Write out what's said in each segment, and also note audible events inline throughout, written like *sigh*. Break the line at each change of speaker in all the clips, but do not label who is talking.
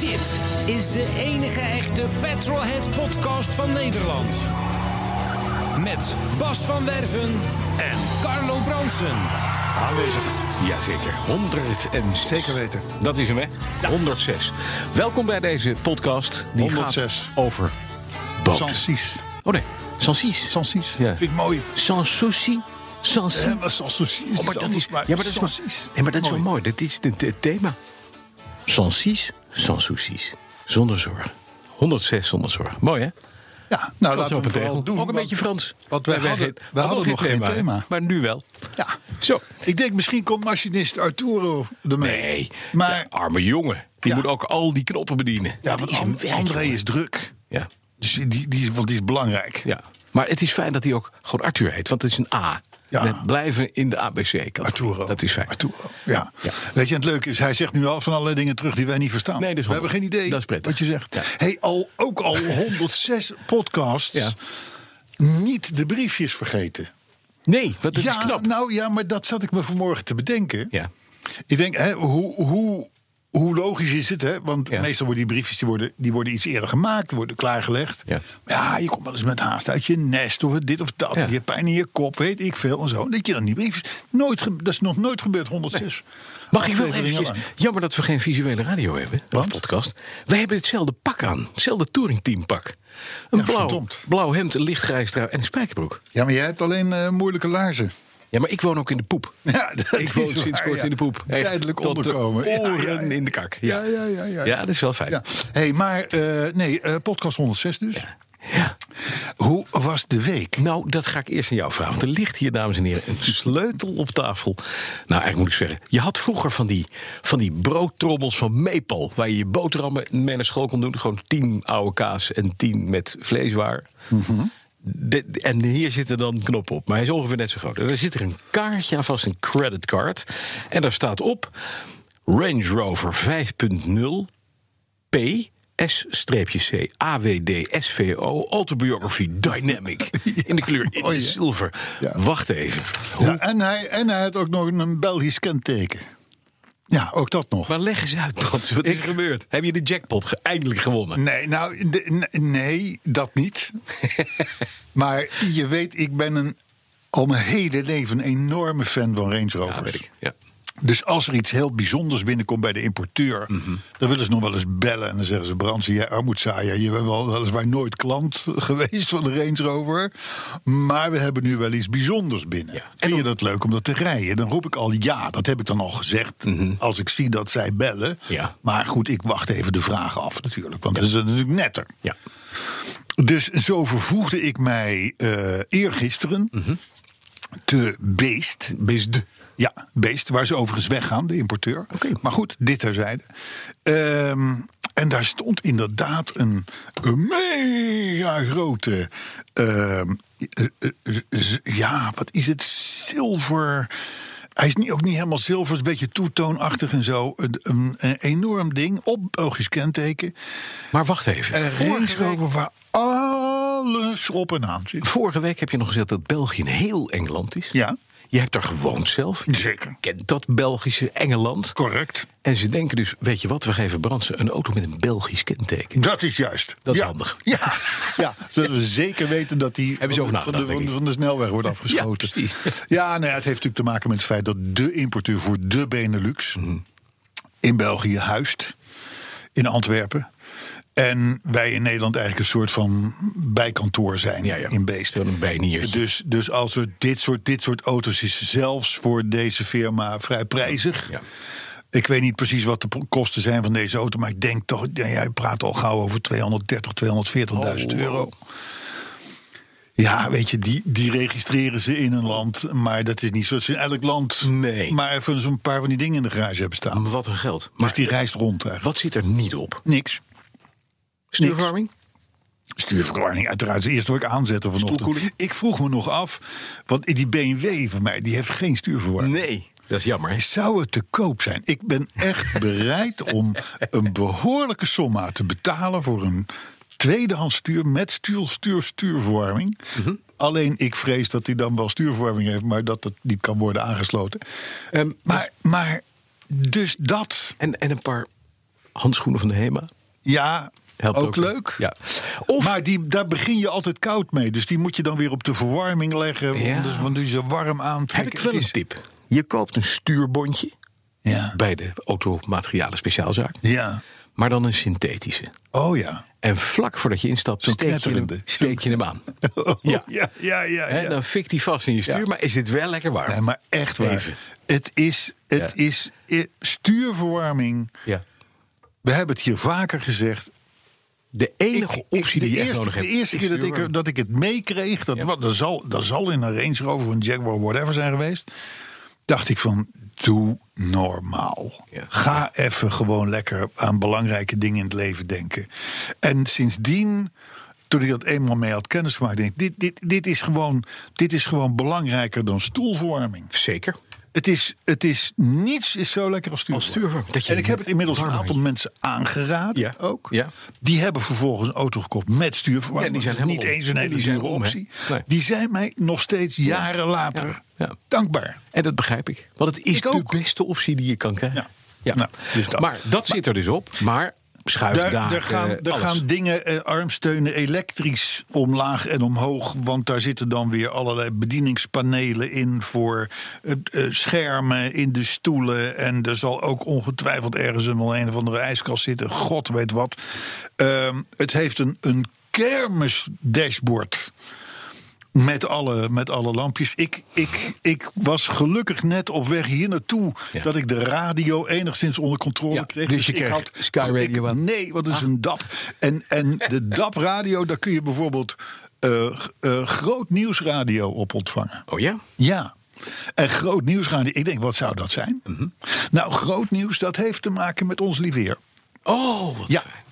Dit is de enige echte Petrolhead podcast van Nederland. Met Bas van Werven en Carlo Bronsen.
Aanwezig.
Jazeker, 100 en
Zeker weten.
dat is hem hè? 106. Welkom bij deze podcast. Die
106.
gaat over boot.
Sansies.
Oh nee, Sansies.
Sansies.
Ja.
Vind ik mooi.
Sanssouci. Sanssouci.
Eh, maar Sansies is
Oh, maar dat
anders,
is, ja, maar dat is, wel,
Sansies.
nee, maar dat is wel mooi. Dit is het, het thema. Sansies, Sanssoucis. Zonder zorg. 106 zonder zorg. Mooi hè?
Ja, nou
Trots
laten we
op
het
het
vooral
regel.
doen.
Ook een beetje
want-
Frans.
Want wij
hebben
hadden,
geen-
we hadden nog geen
hè?
thema.
Maar nu wel.
Ja.
Zo.
Ik denk misschien komt machinist Arturo ermee.
Nee,
Maar
de arme jongen. Die
Ja.
moet ook al die knoppen bedienen.
ja,
Dat
want
is een
An-
werk,
André
jongen.
is druk.
Ja.
Dus die, die, die, is- want die is belangrijk.
Ja. Maar het is fijn dat hij ook gewoon Arthur heet, want het is een A.
Ja.
We blijven in de ABC.
Arturo.
Dat is fijn.
Arturo, ja.
Ja.
Weet je, en het leuke is, hij zegt nu al van allerlei dingen terug die wij niet verstaan.
Nee, dat is
we hebben geen
handig.
idee
Dat is prettig.
wat je zegt.
Ja.
Hey, al, ook
*laughs*
al 106 podcasts,
Ja.
niet de briefjes vergeten.
Nee, want dat
ja,
is knap.
nou ja, maar dat zat ik me vanmorgen te bedenken.
Ja.
Ik denk, hè, hoe, hoe, hoe logisch is het? Hè? Want
Ja.
meestal worden die briefjes die worden, die worden iets eerder gemaakt, die worden klaargelegd.
Ja.
Maar ja, je komt wel eens met haast uit je nest of dit of dat.
Ja.
Of je hebt pijn in je kop, weet ik veel en zo. Dat je dan die briefjes. Nooit ge- dat is nog nooit gebeurd, 106.
Mag ik wel
afleveringen
eventjes...
lang.
Jammer dat we geen visuele radio hebben,
Want?
of podcast. Wij hebben hetzelfde pak aan, hetzelfde touringteam pak. Een
Ja,
blauw,
verdomd.
blauw hemd, een lichtgrijs trui en een spijkerbroek.
Ja, maar jij hebt alleen eh, moeilijke laarzen. *laughs*
Ja, maar ik woon ook in de poep.
Ja, dat
ik
is
woon
waar,
sinds kort
ja.
in de poep. Echt,
Tijdelijk
tot de
onderkomen. Ja, ja,
oren
ja.
in de kak.
Ja, ja, ja. ja,
Ja, dat is wel fijn.
Ja. hey, maar eh, nee, eh, podcast 106 dus.
ja.
Hoe was de week?
Nou, dat ga ik eerst aan jou vragen. Want er ligt hier, dames en heren, een sleutel op tafel. Nou, eigenlijk moet ik zeggen, je had vroeger van die, van die broodtrommels van Meepal... waar je je boterhammen mee naar school kon doen. Gewoon tien oude kaas en tien met vleeswaar. De- de- en hier zit er dan een knop op, maar hij is ongeveer net zo groot. En daar zit er een kaartje aan vast, een creditcard. En daar staat op Range Rover 5.0 P. S-C, AWD, SVO, autobiography,
*laughs*
dynamic. In de kleur in
Oh ja.
zilver.
Ja.
Wacht even.
Ja, en, hij, en hij had ook nog een Belgisch kenteken. Ja, ook dat nog.
Maar leg eens uit, Bas, wat is er
Ik-
gebeurd? Heb je de jackpot ge- eindelijk gewonnen?
Nee, nou, de- n- nee, dat
*laughs*
niet. maar je weet, ik ben een, al mijn hele leven een enorme fan van Range Rovers.
Ja, weet ik. Ja.
Dus als er iets heel bijzonders binnenkomt bij de importeur,
Mhm.
dan willen ze nog wel eens bellen. En dan zeggen ze: Bransen, jij armoedzaaier, je bent wel weliswaar nooit klant *laughs* geweest van de Range Rover. Maar we hebben nu wel iets bijzonders binnen.
Ja.
Vind je dat leuk om dat te rijden? Dan roep ik al ja, dat heb ik dan al gezegd. Als ik zie dat zij bellen.
Mhm. Ja.
Maar goed, ik wacht even de vragen af natuurlijk. Want dat is natuurlijk netter.
ja.
Dus zo vervoegde ik mij eh eergisteren te Beest.
Bist.
Ja, Beest, waar ze overigens weggaan, de importeur.
Oké.
Maar goed, dit terzijde. Ehm, en daar stond inderdaad een, een mega grote. ehm, eh, eh, eh, z- ja, wat is het? Zilver. Hij is niet, ook niet helemaal zilver, is een beetje toetoonachtig en zo. Een, een- een enorm ding, op Belgisch kenteken.
Maar wacht even.
Een
Vorige week,
racerover waar alles op en aan zit.
vorige week heb je nog gezegd dat België een heel Engeland is.
Ja,
Je hebt er gewoond zelf. Je
zeker.
kent dat Belgische Engeland.
Correct.
En ze denken dus, weet je wat, we geven Bransen een auto met een Belgisch kenteken.
Dat is juist.
Dat is
Ja.
*laughs* handig.
Ja, ja, zullen we zeker weten dat die
Hebben ze
van, de- van,
over
de,
nagedacht,
van,
denk
de,
ik. *laughs*
van de snelweg wordt afgeschoten.
Ja, precies.
Ja, nou ja, het heeft natuurlijk te maken met het feit dat de importeur voor de Benelux
Mhm.
in België huist, in Antwerpen. En wij in Nederland eigenlijk een soort van bijkantoor zijn in Beest.
Zo'n bijniertje.
Dus, dus als er dit soort, dit soort auto's is zelfs voor deze firma vrij prijzig.
Ja.
Ik weet niet precies wat de pro- kosten zijn van deze auto, maar ik denk toch, ja, jij praat al gauw over 230, 240.000
Oh, wow.
euro. Ja, weet je, die, die registreren ze in een land. Maar dat is niet zo dat ze in elk land
Nee.
maar even zo'n paar van die dingen in de garage hebben staan.
Maar wat een geld. Maar
dus die reist rond eigenlijk.
wat zit er niet op?
Niks.
Stuurverwarming?
Stuurverwarming, uiteraard. Het eerste wat ik aanzette vanochtend.
Stoelkoeling?
Ik vroeg me nog af, want die BMW van mij, die heeft geen stuurverwarming.
Nee. Dat is jammer. hè?
Zou het te koop zijn? Ik ben
*laughs*
echt bereid om een behoorlijke som aan te betalen voor een tweedehands stuur met stuur, stuur, stuurverwarming.
Mhm.
Alleen ik vrees dat hij dan wel stuurverwarming heeft, maar dat het niet kan worden aangesloten.
Ehm,
maar, maar dus dat,
En, en een paar handschoenen van de HEMA.
ja,
Helpt
ook,
ook
leuk.
Ja. Of
Maar die, daar begin je altijd koud mee. Dus die moet je dan weer op de verwarming leggen.
Ja.
Want, dus, want die ze warm
heb
aantrekken.
ik wel
Het
een
is-
tip. Je koopt een stuurbondje
Ja.
bij de automaterialen speciaalzaak.
ja.
Maar dan een synthetische.
Oh ja.
En vlak voordat je instapt,
Zo'n
steek je, hem,
knetterende.
steek je hem aan.
*laughs* ja. Ja, ja, ja.
Hè, dan fikt hij vast in je stuur,
Ja.
maar is het wel lekker warm?
Nee, maar echt waar.
Even.
Het is, het
Ja.
is eh, stuurverwarming.
Ja.
We hebben het hier vaker gezegd.
De enige optie
de
die je echt
eerste,
nodig hebt.
De eerste
is
keer dat ik,
stuurwarmte.
dat ik het meekreeg, dat,
Ja.
wat, dat, zal, dat zal in een Range Rover, een Jaguar, whatever zijn geweest. Dacht ik van, doe normaal.
Ja.
Ga even gewoon lekker aan belangrijke dingen in het leven denken. En sindsdien, toen ik dat eenmaal mee had kennisgemaakt, denk ik, dit, dit, dit, is gewoon, dit is gewoon belangrijker dan stoelverwarming.
Zeker.
Het is, het is niets is zo lekker als stuurwarm.
Als stuurwarm, dat je
En ik heb
net
het inmiddels een
warm
aantal
houdt.
mensen aangeraden
Ja,
ook.
ja.
Die hebben vervolgens een auto gekocht met stuurverwarming.
Ja, die zijn
dat is niet
helemaal om.
eens een
Nee,
hele
die zijn
dure
om, hè.
optie.
Nee.
Die zijn mij nog steeds jaren later
Ja. Ja.
dankbaar.
En dat begrijp ik. Want het is
Ik
de
ook.
beste optie die je kan krijgen.
Ja. Nou, dus dat.
Maar dat zit er dus op. Maar
Daar,
schuifdagen,
daar gaan, daar
eh, alles.
gaan dingen, eh, armsteunen elektrisch omlaag en omhoog. Want daar zitten dan weer allerlei bedieningspanelen in voor eh, eh, schermen in de stoelen. En er zal ook ongetwijfeld ergens een, wel een of andere ijskast zitten. God weet wat. Ehm, het heeft een, een kermisdashboard. Met alle, met alle lampjes. Ik, ik, ik was gelukkig net op weg hier naartoe
Ja.
dat ik de radio enigszins onder controle
Ja,
kreeg.
dus je
ik
kreeg
had-
Sky
ik-
Radio Ah. aan.
Nee, want het is een DAP. En, en
*laughs*
de DAP-radio, daar kun je bijvoorbeeld eh, g- eh, groot nieuwsradio op ontvangen.
Oh ja?
Ja. En groot nieuwsradio, ik denk, wat zou dat zijn?
Mhm.
Nou, groot nieuws, dat heeft te maken met ons liefheer.
Oh, wat
Ja.
fijn.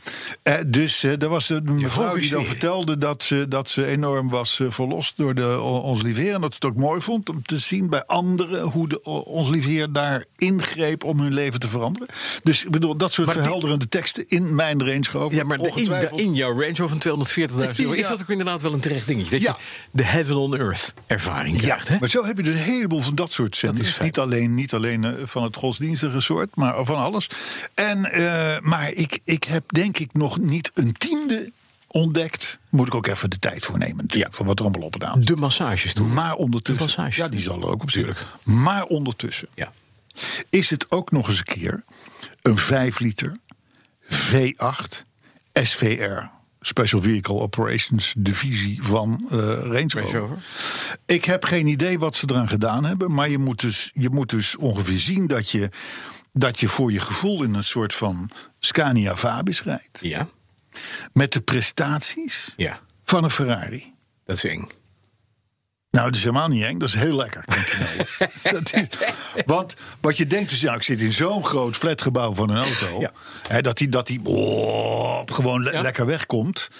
Eh, dus eh er was een mevrouw die
focus
dan
weer.
vertelde dat ze, dat ze enorm was eh, verlost door de, o- ons liefheer. En dat ze het ook mooi vond om te zien bij anderen hoe de, o- ons liefheer daar ingreep om hun leven te veranderen. Dus ik bedoel, dat soort
Maar dit-
verhelderende teksten in mijn range Rover.
Ja, maar de- in, de-
ongetwijfeld.
in jouw range
*laughs*
van 240.000 euro... is
Ja.
dat ook inderdaad wel een terecht dingetje. Dat
Ja.
je de heaven on earth ervaring
Ja,
krijgt. Hè?
maar zo heb je dus een heleboel van dat soort zenders.
fijn.
niet alleen, niet alleen eh, van het godsdienstige soort, maar eh, van alles. En, eh, maar ik, ik heb denk ik nog niet een tiende ontdekt. Moet ik ook even de tijd voor nemen natuurlijk, van wat er allemaal op en aan.
De massages doen.
Maar ondertussen...
De massage.
Ja, die zal er ook op zitten. Maar ondertussen
Ja.
is het ook nog eens een keer een 5 liter V8 SVR. Special Vehicle Operations divisie van eh Range
Range
Rover.
Rover.
Ik heb geen idee wat ze eraan gedaan hebben. Maar je moet dus, je moet dus ongeveer zien dat je, dat je voor je gevoel in een soort van Scania Fabis rijdt.
ja.
Met de prestaties
Ja.
van een Ferrari.
Dat is eng.
Nou, dat is helemaal niet eng. Dat is heel lekker. kan ik je melden. dat
*laughs*
is, want wat je denkt is, ja, ik zit in zo'n groot flatgebouw van een auto.
Ja.
Hè, dat die, dat die oh, gewoon le- lekker wegkomt.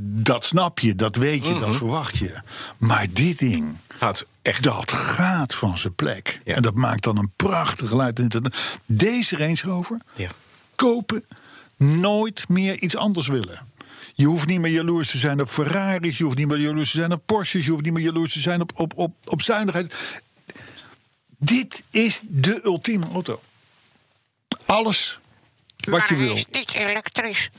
Dat snap je, dat weet je, dat verwacht je. Maar dit ding,
Gaat Mhm. echt...
dat gaat van zijn plek.
Ja.
En dat maakt dan een prachtig geluid. Deze Range Rover
Ja.
kopen, nooit meer iets anders willen. Je hoeft niet meer jaloers te zijn op Ferraris, je hoeft niet meer jaloers te zijn op Porsches, je hoeft niet meer jaloers te zijn op, op, op, op zuinigheid. Dit is de ultieme auto. Alles wat je
maar
wil.
Hij is niet elektrisch.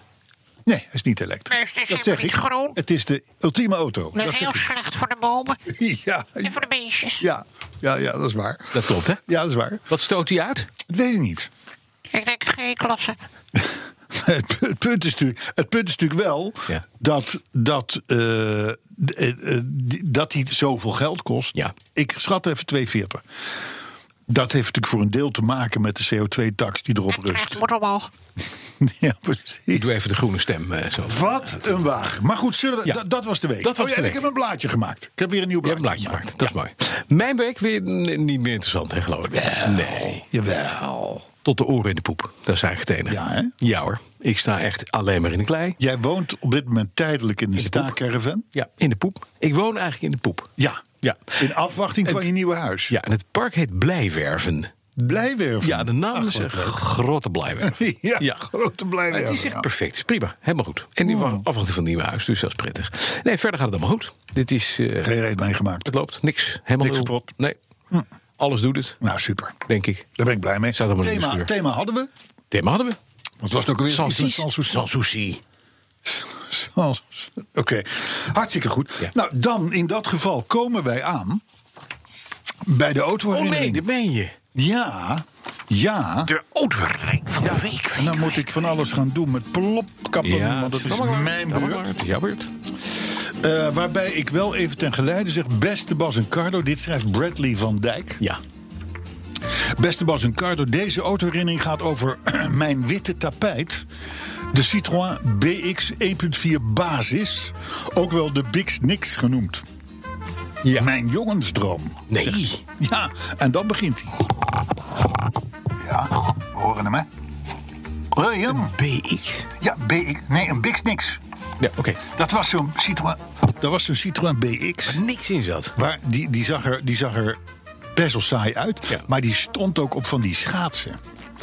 Nee, hij is niet elektrisch.
Maar is dit
dat zeg
helemaal
ik.
niet groen?
Het is de ultieme auto.
Maar
Dat
heel
zeg
slecht voor de bomen
ik. *laughs* Ja,
en voor de beestjes.
ja, ja, ja, dat is waar.
Dat klopt, hè?
Ja, dat is waar.
Wat stoot hij uit?
Dat weet ik niet.
Ik denk G-klasse.
*laughs* Het, pu- het punt is natuurlijk, het punt is natuurlijk wel
Ja.
dat, dat, eh, d- eh, eh, die- dat die zoveel geld kost.
Ja.
Ik schat even 240. Dat heeft natuurlijk voor een deel te maken met de CO2-tax die erop
*laughs* En terecht
rust.
moet omhoog.
Ja, precies.
Doe even de groene stem eh, zo.
Wat een wagen. Maar goed, zullen we,
Ja.
da- dat was de week.
Dat was
oh, ja,
de
en
week.
ik heb een blaadje gemaakt. Ik heb weer een nieuw
Je hebt een
blaadje,
blaadje gemaakt. Dat is mooi. Mijn week weer n- niet meer interessant, hè, geloof ik. Nee.
Jawel.
Tot de oren in de poep. Dat is eigenlijk het enige.
Ja, hè?
Ja hoor. Ik sta echt alleen maar in de klei.
Jij woont op dit moment tijdelijk in de
de poep.
staakerven.
Ja, in de poep. Ik woon eigenlijk in de poep.
Ja.
Ja.
In afwachting van
Het-
je nieuwe huis.
Ja, en het park heet Blijwerven.
Blijwerven.
Ja, de naam
Ach,
is
wat
echt
leuk.
Grote Blijwerven.
*laughs* Ja, Grote Blijwerven,
Het is echt
ja. Mm.
perfect. Is prima. Helemaal goed. En die wa- afwachting van het nieuwe huis, dus dat is prettig. Nee, verder gaat het allemaal goed. Dit is... eh,
Geen reet meegemaakt.
het loopt. Niks. Helemaal
Niks
nul.
kapot. Mm.
Nee. Alles doet het,
Nou, super.
denk ik.
Daar ben ik blij mee.
Staat allemaal in de
Thema,
schuur.
thema hadden we.
Thema hadden we.
Want het was ook weer iets met
Sansies.
Sanssouci.
Sanssouci.
Sanssouci. Oké, hartstikke goed.
Ja.
Nou, dan in dat geval komen wij aan bij de
Oh nee, daar
autoherinnering.
ben je.
Ja, ja.
De autoring van de week.
En dan moet ik van alles gaan doen met plopkappen, want dat is mijn
dat mag
beurt.
maar. Het is jouw beurt.
Eh, waarbij ik wel even ten geleide zeg, beste Bas en Cardo, dit schrijft Bradley van Dijk.
Ja.
Beste Bas en Cardo, deze autoherinnering gaat over *clears throat* mijn witte tapijt. De Citroën BX 1.4 Basis, ook wel de Bix Nix genoemd.
Ja.
Mijn jongensdroom.
Nee.
zegt- Ja, en dan begint hij. Ja, we horen hem, hè? William?
BX.
Ja, BX. Nee, een Bix Nix.
Ja, oké.
Dat was zo'n Citroën. Dat was zo'n Citroën BX.
Niks in zat.
Waar, die, die, zag er, die zag er best wel saai uit.
Ja.
Maar die stond ook op van die schaatsen.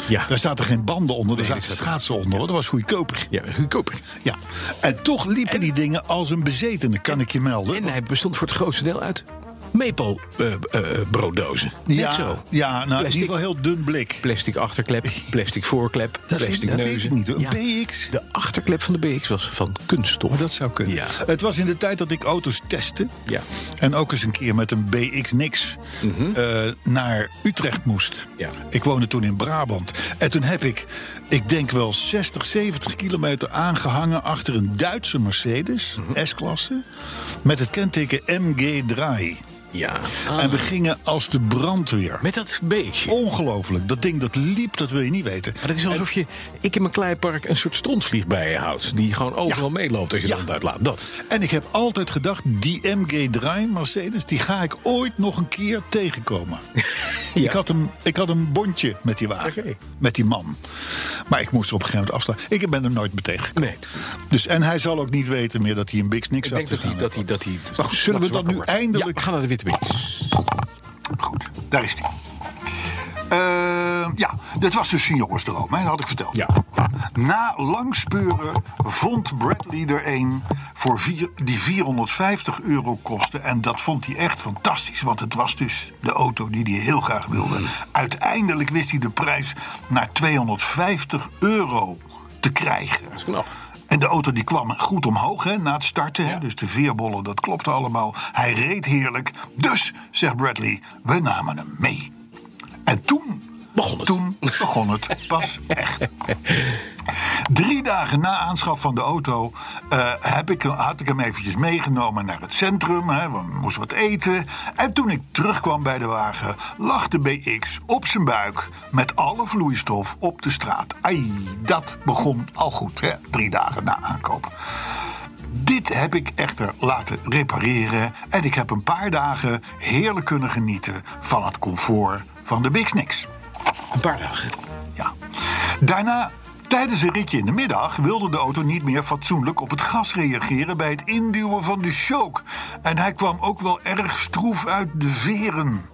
Ja.
Daar zaten geen banden onder, daar
Nee,
zaten
die zaten-
schaatsen onder. hoor. Dat was goedkoper.
Ja, goedkoper.
Ja. En toch liepen die dingen als een bezetene, kan ik je melden.
En hij bestond voor het grootste deel uit maple eh, eh, brooddozen.
ja,
Net zo.
ja, nou, in
Plastic.
ieder geval heel dun blik.
Plastic achterklep, plastic voorklep,
Dat, weet,
plastic
dat weet ik
neuzen.
niet. hoor. Een
Ja.
BX.
De achterklep van de BX was van kunststof.
Maar dat zou kunnen.
Ja.
Het was in de tijd dat ik auto's testte.
Ja.
En ook eens een keer met een BX Nix eh, naar Utrecht moest.
Mhm. Ja.
Ik woonde toen in Brabant. En toen heb ik, ik denk wel 60, 70 kilometer aangehangen achter een Duitse Mercedes,
Mhm.
S-klasse, met het kenteken MG Draai.
Ja.
En we gingen als de brandweer.
Ah. Met dat beekje.
Oh. Ongelooflijk. Dat ding dat liep, dat wil je niet weten.
Maar het is alsof je, ik in mijn kleipark, een soort strontvlieg bij je houdt. Die gewoon overal meeloopt als je
Ja.
het land uitlaat. Dat.
En ik heb altijd gedacht, die MG Draai Mercedes, die ga ik ooit nog een keer tegenkomen. ik, had een, ik had een bondje met die wagen,
Oké.
met die man. Maar ik moest er op een gegeven moment afslaan. Ik ben hem nooit meer tegengekomen.
Nee.
Dus, en hij zal ook niet weten meer dat hij een Bix niks
Ik
had
denk dat hij.
gedaan
Dat hij, dat hij Nou,
Maar goed, zullen we
s'nachts
dat nu
wakker wordt.
eindelijk-
Ja, we gaan naar de Witte Beekjes.
Goed, daar is hij. ja, dit was dus zijn jongensdroom, hè? dat had ik verteld.
Ja.
Na lang speuren vond Bradley er een voor vier, die 450 euro kostte. En dat vond hij echt fantastisch, want het was dus de auto die hij heel graag wilde. Uiteindelijk wist hij de prijs naar 250 euro te krijgen.
Dat is knap.
En de auto die kwam goed omhoog hè, na het starten. Hè,
Ja.
dus de veerbollen, dat klopte allemaal. Hij reed heerlijk. Dus, zegt Bradley, we namen hem mee. En toen
Begon het.
Toen begon het pas echt. Drie dagen na aanschaf van de auto eh, heb ik, had ik hem eventjes meegenomen naar het centrum. Hè, we moesten wat eten. En toen ik terugkwam bij de wagen, lag de BX op zijn buik met alle vloeistof op de straat. Ai, dat begon al goed, hè, drie dagen na aankoop. Dit heb ik echter laten repareren en ik heb een paar dagen heerlijk kunnen genieten van het comfort van de Big Snicks.
Een paar dagen.
Ja. Daarna, tijdens een ritje in de middag, wilde de auto niet meer fatsoenlijk op het gas reageren bij het induwen van de choke. En hij kwam ook wel erg stroef uit de veren.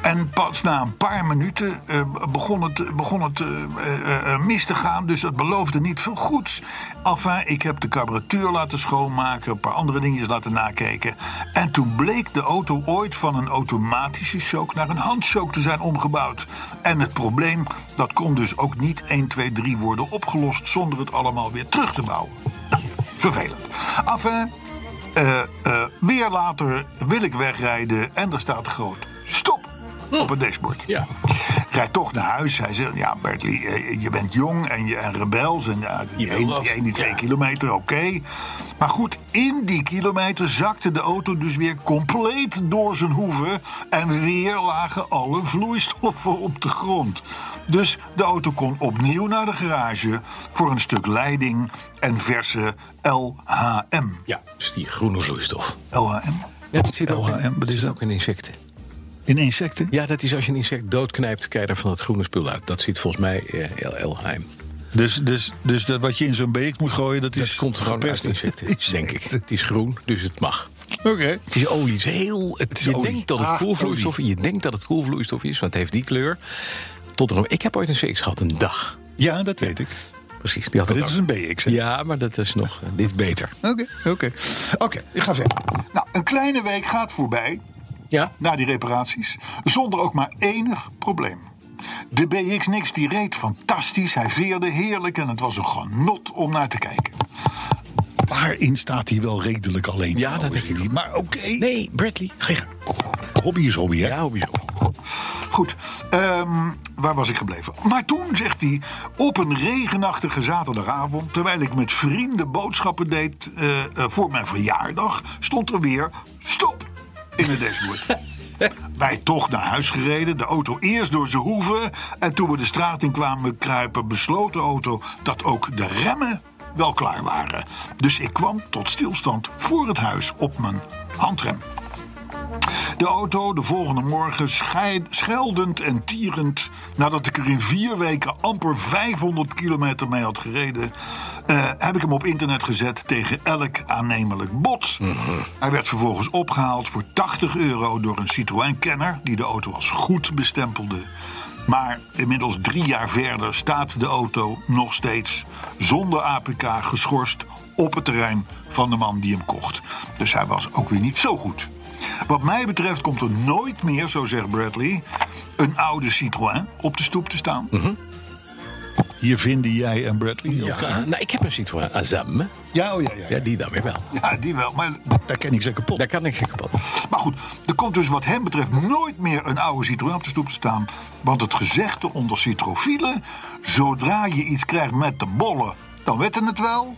En pas na een paar minuten eh, begon het, begon het eh, eh, eh, mis te gaan, dus het beloofde niet veel goeds. Enfin, ik heb de carburateur laten schoonmaken, een paar andere dingetjes laten nakijken. En toen bleek de auto ooit van een automatische shock naar een handshock te zijn omgebouwd. En het probleem, dat kon dus ook niet 1, 2, 3 worden opgelost zonder het allemaal weer terug te bouwen. Nou, vervelend. Enfin, eh, eh, weer later wil ik wegrijden en er staat groot stop op het dashboard.
Ja.
rijdt toch naar huis. Hij zegt, ja Bertlie, eh, je bent jong en, je, en rebels. En ja, die
Je wil
één-
dat.
die één, die twee
Ja.
kilometer, oké. Maar goed, in die kilometer zakte de auto dus weer compleet door zijn hoeven. En weer lagen alle vloeistoffen op de grond. Dus de auto kon opnieuw naar de garage voor een stuk leiding en verse LHM.
Ja, dus die groene vloeistof.
LHM?
Ja, dat zit ook,
LHM,
in,
wat is
zit
dat?
ook in insecten.
In insecten?
Ja, dat is als je een insect doodknijpt, krijg je er van dat groene spul uit. Dat zit volgens mij eh, El Elheim.
Dus, dus, dus dat wat je in zo'n beek moet gooien, dat,
Dat
is
komt gewoon
gepest.
uit
*laughs*
insecten, denk ik. Het is groen, dus het mag.
Oké.
Het is olie. Het is heel, het, je
olie.
denkt dat het
Ah,
koelvloeistof Je denkt dat het koelvloeistof is, want het heeft die kleur. Tot er, ik heb ooit een CX gehad, een dag.
Ja, dat weet ik.
Precies, die had
Maar
het
dit is
ook.
een BX. hè?
Ja, maar dat is nog, eh, dit is beter.
Oké, oké. Oké, ik ga verder. Nou, een kleine week gaat voorbij
Ja,
na die reparaties zonder ook maar enig probleem. De BX Nix die reed fantastisch, hij veerde heerlijk en het was een genot om naar te kijken. Daarin staat hij wel redelijk alleen.
Ja, dat
trouwens,
denk ik
Willy. Maar oké,
nee, Bradley, Geiger.
hobby is hobby, hè?
Ja, hoezo?
Goed, ehm, waar was ik gebleven? Maar toen, zegt hij, op een regenachtige zaterdagavond... terwijl ik met vrienden boodschappen deed eh, eh, voor mijn verjaardag... stond er weer stop in het dashboard. Wij toch naar huis gereden, de auto eerst door zijn hoeven... en toen we de straat in kwamen kruipen, besloot de auto... dat ook de remmen wel klaar waren. Dus ik kwam tot stilstand voor het huis op mijn handrem. De auto de volgende morgen schei- scheldend en tierend... nadat ik er in vier weken amper 500 kilometer mee had gereden... eh, heb ik hem op internet gezet tegen elk aannemelijk bod. Hij werd vervolgens opgehaald voor 80 euro door een Citroën-kenner... die de auto als goed bestempelde. Maar inmiddels drie jaar verder staat de auto nog steeds zonder APK geschorst... op het terrein van de man die hem kocht. Dus hij was ook weer niet zo goed. Wat mij betreft komt er nooit meer, zo zegt Bradley, een oude Citroën op de stoep te staan. Hier vinden jij en Bradley
Ja, nou, ik heb een Citroën Azam. hè.
Ja, oh ja, ja,
Ja, die dan weer wel.
Ja, die wel, maar daar ken ik ze kapot.
Daar kan niks aan kapot.
Maar goed, er komt dus wat hem betreft nooit meer een oude Citroën op de stoep te staan. Want het gezegde onder citrofielen, zodra je iets krijgt met de bollen, dan weten het wel.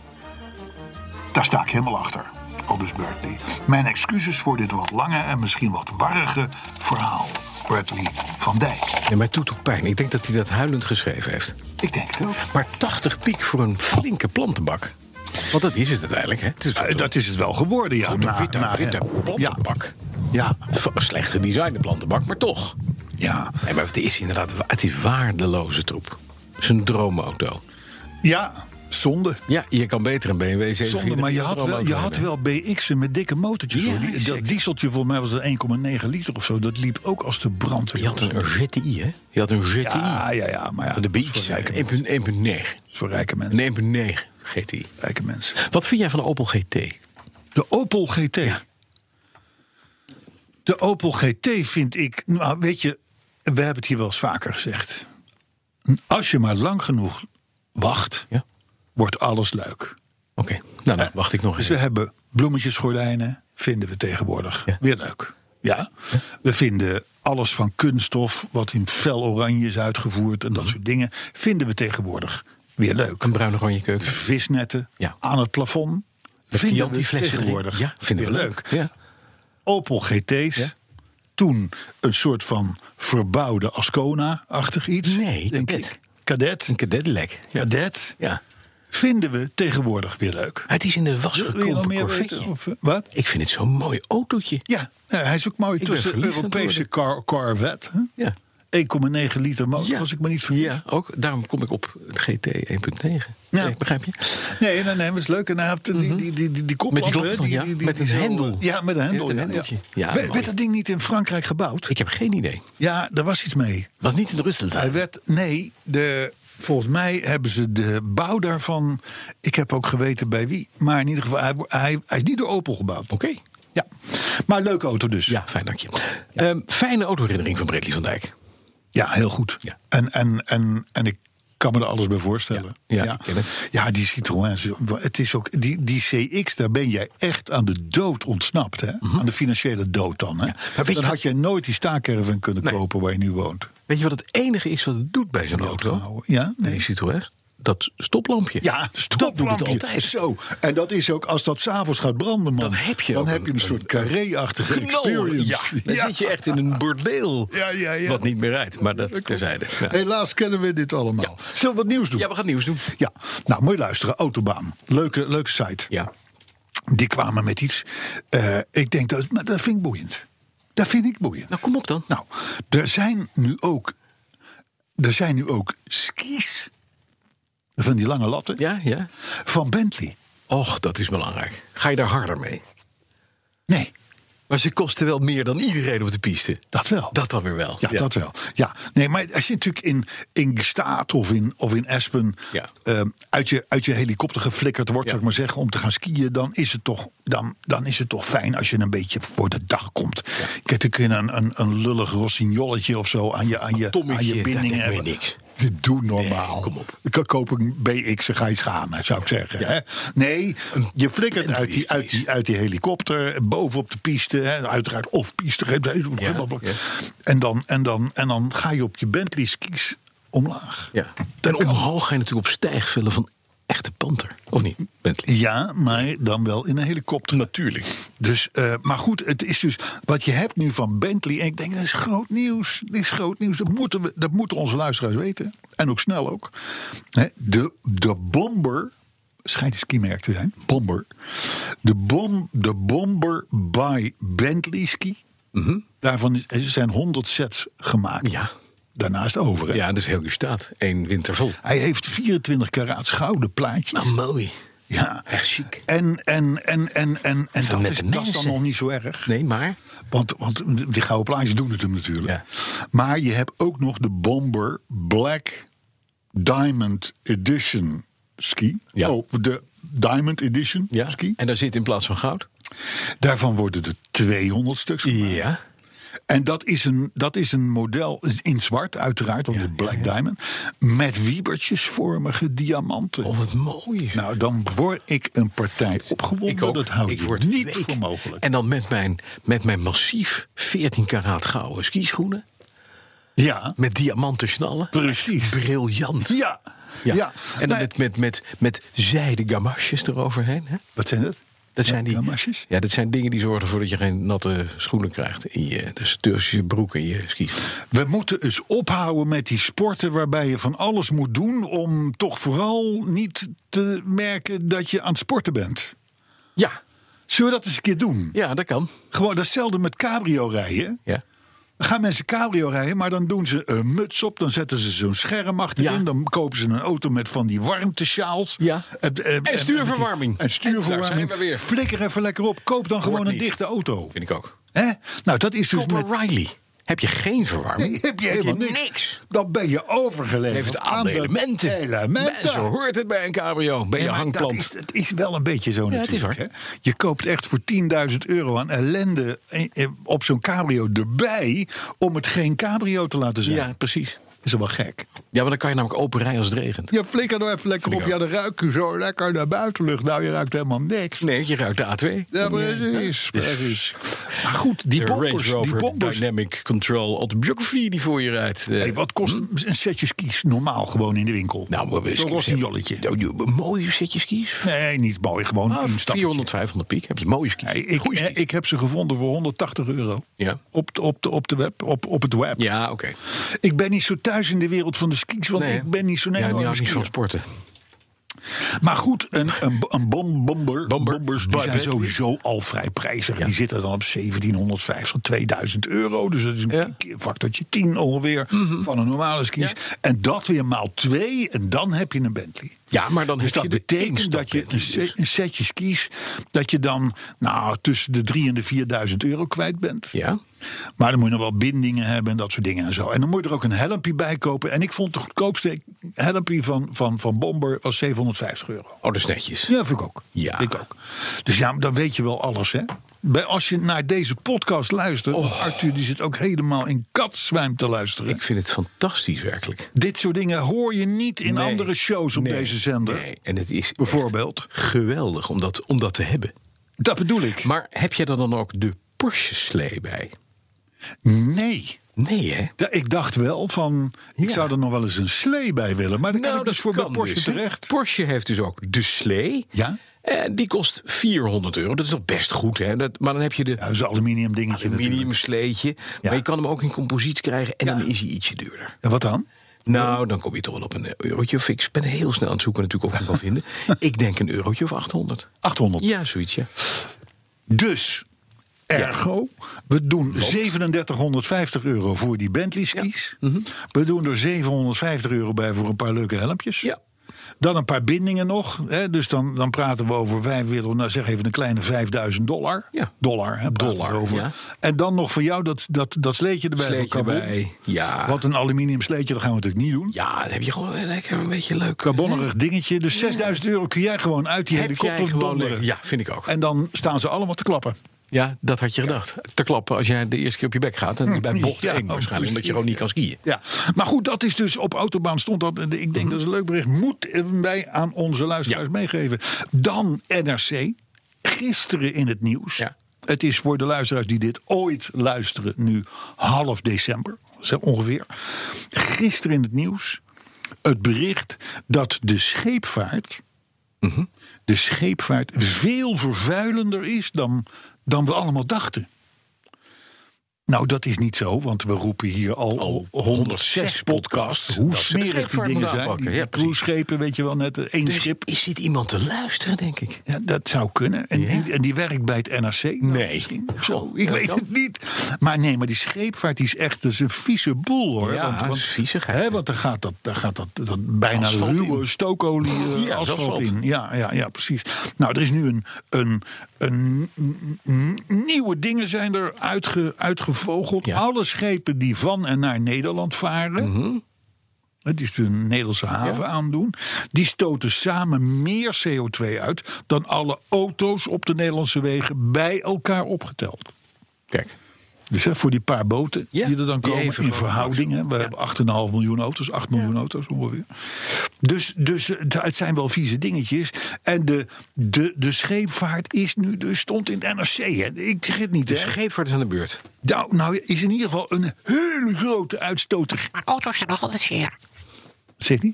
Daar sta ik helemaal achter. Al dus Bradley. Mijn excuses voor dit wat lange en misschien wat warrige verhaal. Bradley van Dijk.
Nee, maar het doet toch pijn. Ik denk dat hij dat huilend geschreven heeft.
Ik denk het ook.
Maar 80 piek voor een flinke plantenbak. Want dat is het uiteindelijk, hè? Het is
Eh, Dat is het wel geworden, ja.
een
na-
witte,
na-
witte
ja,
plantenbak.
ja,
Van Een slecht gedesignde plantenbak, maar toch.
ja.
Nee, maar het is inderdaad wa- het is waardeloze troep. Het is een droomauto.
Ja, zonde.
Ja, je kan beter een BMW 7
Zonde, maar je had wel, je had wel BX'en met dikke motortjes.
Ja,
hoor. Die- dat
zeker.
dieseltje, volgens mij was dat 1,9 liter of zo. Dat liep ook als de brand.
Je had een GTI, hè? Je had een GTI.
Ja, ja, ja. Maar ja,
Van de
dat is Voor
Beach.
rijke,
1.9.
dat is voor rijke mensen.
Nee, 1.9 GTI.
Rijke mensen.
Wat vind jij van de Opel GT?
De Opel GT. De Opel GT vind ik... Nou, weet je, we hebben het hier wel eens vaker gezegd. Als je maar lang genoeg wacht,
Ja?
wordt alles leuk.
Oké, nou dan wacht ik nog
Dus
eens.
we hebben bloemetjesgordijnen, vinden we tegenwoordig.
Ja.
Weer leuk. Ja. We vinden alles van kunststof, wat in fel oranje is uitgevoerd en dat soort dingen, vinden we tegenwoordig weer leuk.
Mhm. Een bruine oranje keuken.
Visnetten
Ja.
aan het plafond. Vinden we
Chianti-flessen erin.
tegenwoordig
Ja, vinden we
weer
leuk. Ja.
Opel GT's.
Ja.
Toen een soort van verbouwde Ascona-achtig iets.
Nee,
denk
Cadet.
ik. Cadet.
Een cadetlek.
Cadet.
Ja.
Vinden we tegenwoordig weer leuk.
Het is in de was
Wil je nog
gekomen
meer weten?
Corvette.
Of, eh, wat?
Ik vind het zo'n mooi autootje.
Ja, nou, hij is ook mooi.
ben
Tussen de
verliefd aan het
Europese car, Corvette. hè?
Ja.
1,9 liter motor, Oh, als ik me niet vergis.
Ja, ook. Daarom kom ik op het GT 1.9.
Ja.
Nee, begrijp je?
Nee, nee, nee, dat is leuk. En hij heeft die, die, die, die, die koplamp,
Mhm. Met die
hè,
klok, ja. Met die
zo-
hendel.
Ja, met een hendel.
Met een
ja,
hendeltje.
ja.
Ja,
werd,
mooi.
werd dat ding niet in Frankrijk gebouwd?
Ik heb geen idee.
Ja, daar was iets mee.
Was niet in Rusland.
Hij werd, nee, de, volgens mij hebben ze de bouw daarvan... Ik heb ook geweten bij wie. Maar in ieder geval, hij, hij, hij is niet door Opel gebouwd.
Oké.
Ja, maar leuke auto dus.
Ja, fijn, dank je. Ehm, fijne autoherinnering van Bradley van Dijk.
Ja, heel goed.
Ja.
En, en, en, en ik kan me er alles bij voorstellen.
Ja, ja, ik ken het.
Ja, die Citroën. Het is ook, die, die CX, daar ben jij echt aan de dood ontsnapt. Hè? Aan de financiële dood dan. Hè?
Mhm. weet je
dan
wat-
had jij nooit die staakerven kunnen
Nee.
kopen waar je nu woont.
Weet je wat het enige is wat het doet bij zo'n auto?
Auto. Ja,
Nee.
nee.
Die Citroën? Dat stoplampje.
Ja,
Dat
stoplampje.
doet het altijd.
Zo. En dat is ook als dat s'avonds gaat branden, man.
Dan heb je
dan
ook
heb je een,
een-
soort
een-
carré-achtige
Knol.
experience.
Ja, dan zit je echt in een bordeel.
Ja, ja, ja.
Wat niet meer rijdt, maar dat terzijde. Ja.
Helaas kennen we dit allemaal. Zullen we wat nieuws doen?
ja, we gaan nieuws doen.
Ja, nou mooi luisteren. Autobaan. Leuke, leuke site.
Ja.
Die kwamen met iets. Eh, ik denk, dat, maar dat vind ik boeiend. Dat vind ik boeiend.
Nou, kom op dan.
Nou, er zijn nu ook, er zijn nu ook skis. Van die lange latten.
Ja, ja.
Van Bentley.
Och, dat is belangrijk. Ga je daar harder mee?
Nee,
Maar ze kosten wel meer dan iedereen op de piste.
dat wel.
Dat dan weer wel.
Ja, dat wel. Ja, nee, maar als je natuurlijk in, in Staat of in, of in Aspen
Ja.
ehm, uit, je, uit je helikopter geflikkerd wordt,
Ja.
zou ik maar zeggen, om te gaan skiën, dan is het toch, dan, dan is het toch fijn als je een beetje voor de dag komt. Kijk, dan kun je een, een, een lullig rossignolletje of zo aan je, aan je, aan
Tommetje,
je
dat
binding
lijkt me
hebben.
niks.
Dit doe normaal.
Nee, kom op.
Ik kan koop een BX en ga je schamen, zou ik zeggen. Hè? Nee, je flikkert uit die, uit, die, uit die helikopter, bovenop de piste, hè? uiteraard of piste. geen-
Ja, ja.
en, dan, en, dan, en dan ga je op je Bentley skis omlaag.
Ja.
Dat
En
kan.
omhoog ga je natuurlijk op stijgvullen van echte panter. Of niet? Bentley.
Ja, maar dan wel in een helikopter. Natuurlijk. Dus, eh, maar goed, het is dus wat je hebt nu van Bentley. En ik denk, dat is groot nieuws. Dit is groot nieuws. Dat moeten, we, dat moeten onze luisteraars weten. En ook snel ook. Hè, De, de Bomber schijnt een skimerk te zijn. Bomber. De, bom, de Bomber by Bentley ski. Daarvan is- er zijn 100 sets gemaakt.
Mhm. Ja.
Daarnaast over. hè.
Ja, dat is heel staat. Eén winter vol.
Hij heeft 24 karaats gouden plaatjes.
Nou, mooi.
Ja.
Echt chic.
En, en, en, en, en, en dat,
nette
is, dat is dan
mensen.
nog niet zo erg.
Nee, maar...
Want, want die gouden plaatjes doen het hem natuurlijk.
Ja.
Maar je hebt ook nog de Bomber Black Diamond Edition ski.
Ja.
Oh, de Diamond Edition
Ja.
ski.
En daar zit in plaats van goud.
Daarvan worden er 200 stuks gemaakt.
Ja.
En dat is, een, dat is een model in zwart, uiteraard, onder Black Diamond. Met wiebertjesvormige diamanten.
Oh, wat mooi.
Nou, dan word ik een partij opgewonden.
ik ook.
Dat hou
ik
je
word
niet
week.
voor mogelijk.
En dan met mijn, met mijn massief 14 karaat gouden skischoenen.
ja,
Met diamanten snallen.
precies.
Briljant.
Ja.
Ja.
Ja.
En dan
Nee,
met, met, met, met zijden gamasjes eroverheen. Hè?
Wat zijn dat?
Dat zijn die,
Gamasjes?
ja, dat zijn dingen die zorgen ervoor dat je geen natte schoenen krijgt. In je, dus tussen je broek en je skis.
We moeten eens ophouden met die sporten waarbij je van alles moet doen... om toch vooral niet te merken dat je aan het sporten bent.
Ja,
Zullen we dat eens een keer doen?
ja, dat kan.
Gewoon datzelfde met cabrio rijden.
Ja.
Dan gaan mensen cabrio rijden, maar dan doen ze een muts op. Dan zetten ze zo'n scherm achterin.
Ja.
Dan kopen ze een auto met van die warmtesjaals.
Ja.
En, en-
En stuurverwarming.
En, en
En daar zijn
stuurverwarming.
we weer.
Flikker even lekker op. Koop dan gewoon een
niet.
dichte auto.
Vind ik ook.
Hè? Nou, dat is dus
Koop
met...
een Riley. Heb je geen verwarming?
Nee, heb je helemaal niks. Dan ben je overgeleverd
Levert
aan
aan de elementen.
elementen.
En zo hoort het bij een cabrio. Ben je
Nee, maar
hangplant.
Dat is, het is wel een beetje zo
het is
natuurlijk. hè. Je koopt echt voor 10.000 euro aan ellende eh, eh, op zo'n cabrio erbij... om het geen cabrio te laten zijn.
Ja, precies.
Is wel gek.
Ja, maar dan kan je namelijk open rijden als het regent.
Ja, flikker nou even lekker
Vind
op.
ik
Ja, dan ruik je zo lekker naar buitenlucht. Nou, je ruikt helemaal niks.
Nee, je ruikt de A2.
Ja, precies. precies. Maar goed, die
de
bombers...
Range
Die
Rover
bombers
Dynamic Control Autobiography die voor je rijdt. Eh,
Hey, wat kost een- een setje skis normaal gewoon in de winkel?
Nou, we
Zo'n rossignolletje.
Nou, je- Mooie setjes skis.
Nee, niet mooi. Gewoon
Ah,
een stapje.
400, 500 piek. Heb je mooie skis.
Nee, ik,
Goeie
eh,
skis.
ik heb ze gevonden voor 180 euro.
Ja.
Op, de- op, de, op, de web, op, op het web.
Ja, oké.
Ik ben niet zo thuis in de wereld van de skis, want
Nee, hè?
ik ben niet zo
Ja, die
Nederlands.
houdt niet van sporten.
Maar goed, een, een, een bom, bomber,
Bomber.
bombers die
Bij
zijn
Bentley.
sowieso al vrij prijzig.
Ja.
Die zitten dan op 1750, 2000 euro. Dus dat is een
Ja. Mhm.
keer factortje 10 ongeveer van een normale skis. En dat weer maal 2 en dan heb je een Bentley.
Ja, maar dan
Dus
heb
dat
je de
betekent dat je een,
instapband
se-
dus.
een setje skis... dat je dan nou, tussen de 3.000 en de 4.000 euro kwijt bent.
Ja? Oh,
Maar dan moet je nog wel bindingen hebben en dat soort dingen en zo. En dan moet je er ook een helmpje bij kopen. En ik vond de goedkoopste helmpje van, van, van Bomber was 750 euro.
Oh, dat is netjes.
Ja, vind ik ook.
Ja.
Ik ook. Dus ja, dan weet je wel alles, hè? Bij, als je naar deze podcast luistert, Arthur die zit ook helemaal in katzwijm te luisteren.
Oh. Ik vind het fantastisch, werkelijk.
Dit soort dingen hoor je niet in
Nee.
andere shows op
Nee.
deze zender.
Nee, en het is
Bijvoorbeeld.
geweldig om dat, om dat te hebben.
Dat bedoel ik.
Maar heb jij er dan ook de Porsche-slee bij?
Nee.
Nee, hè?
Ja, ik dacht wel van, ik
Ja.
zou er nog wel eens een slee bij willen. Maar dan kan ik dus voor bij
kan
Porsche
dus, hè.
terecht.
Porsche heeft dus ook de slee.
Ja.
En die kost 400 euro. Dat is toch best goed, hè? Dat, maar dan heb je de
Ja, dat is een aluminium dingetje
aluminium
natuurlijk.
sleetje.
Ja.
Maar je kan hem ook in composiet krijgen. En
Ja.
dan is hij ietsje duurder.
En wat dan?
Nou, dan kom je toch wel op een eurotje of ik ben heel snel aan het zoeken natuurlijk of ik hem
*laughs*
kan vinden. Ik denk een eurotje of 800.
800.
Ja, zoiets, ja.
Dus, ergo, we doen 3750 euro voor die Bentley skis.
Mhm.
We doen er 750 euro bij voor een paar leuke helmpjes.
Ja.
Dan een paar bindingen nog. Hè, dus dan, dan praten we over 45, nou zeg even een kleine 5000 dollar.
Ja.
Dollar, hè, praten we
Dollar,
over.
ja.
En dan nog voor jou dat, dat, dat sleetje erbij.
Sleetje
van carbon.
erbij, ja.
Want een aluminium sleetje, dat gaan we natuurlijk niet doen.
Ja, dan heb je gewoon lekker een beetje leuk.
Carbonnerig dingetje. Dus 6000 euro kun jij gewoon uit die
Heb jij
helikopter
gewoon
donderen.
lekker. Ja, vind ik ook.
En dan staan ze allemaal te klappen.
Ja, Hm. dat had je gedacht. Te klappen als jij de eerste keer op je bek gaat. En bij bocht
Ja,
1 waarschijnlijk, omdat je gewoon niet kan skiën.
Ja, maar goed, dat is dus op autobaan stond dat. Ik denk dat is een leuk bericht. Moeten wij aan onze luisteraars
Mhm. Ja.
meegeven. Dan NRC. Gisteren in het nieuws.
Ja.
Het is voor de luisteraars die dit ooit luisteren nu half december, zo ongeveer. Gisteren in het nieuws het bericht dat de scheepvaart, de scheepvaart veel vervuilender is dan, dan we allemaal dachten. Nou, dat is niet zo, want we roepen hier al,
Al
106 podcasts. Hoe
dat ze de
smerig die
scheepvaart
dingen
moeten
zijn. Die,
aanpakken. Ja,
die
precies.
cruiseschepen, weet je wel, net eh, één
Dus
schip.
is dit iemand te luisteren, denk ik?
Ja, dat zou kunnen. En, die, en die werkt bij het NRC. dan
Nee.
Nou, Misschien. Of Zo,
Goh,
ik
ja,
weet
kan.
het niet. Maar nee, maar die scheepvaart die is echt dat is een vieze boel hoor.
Ja, dat is viezigheid.
Hè, want daar gaat dat, daar gaat dat, dat bijna
Asfalt
ruwe
in.
stookolie eh,
Ja,
asfalt,
asfalt.
in. Ja, ja, ja, precies. Nou, er is nu een, een, een n- n- nieuwe dingen zijn er uitge, uitgevogeld.
Ja.
Alle schepen die van en naar Nederland varen.
Mhm.
hè, Die ze een Nederlandse haven aandoen. Die stoten samen meer CO2 uit dan alle auto's op de Nederlandse wegen bij elkaar opgeteld.
Kijk.
Dus hè, voor die paar boten
Ja,
die er dan
die
komen
even
in
gewoon
verhouding. Hè, we hebben 8,5 miljoen auto's, 8 miljoen auto's ongeveer. Dus, dus eh, het zijn wel vieze dingetjes. En de, de, de scheepvaart is nu dus, stond in het NRC. Hè. Ik zeg het niet,
De
hè.
scheepvaart is aan de beurt.
Nou, nou is in ieder geval een hele grote uitstoter.
Maar auto's zijn nog altijd zeer.
Zegt hij?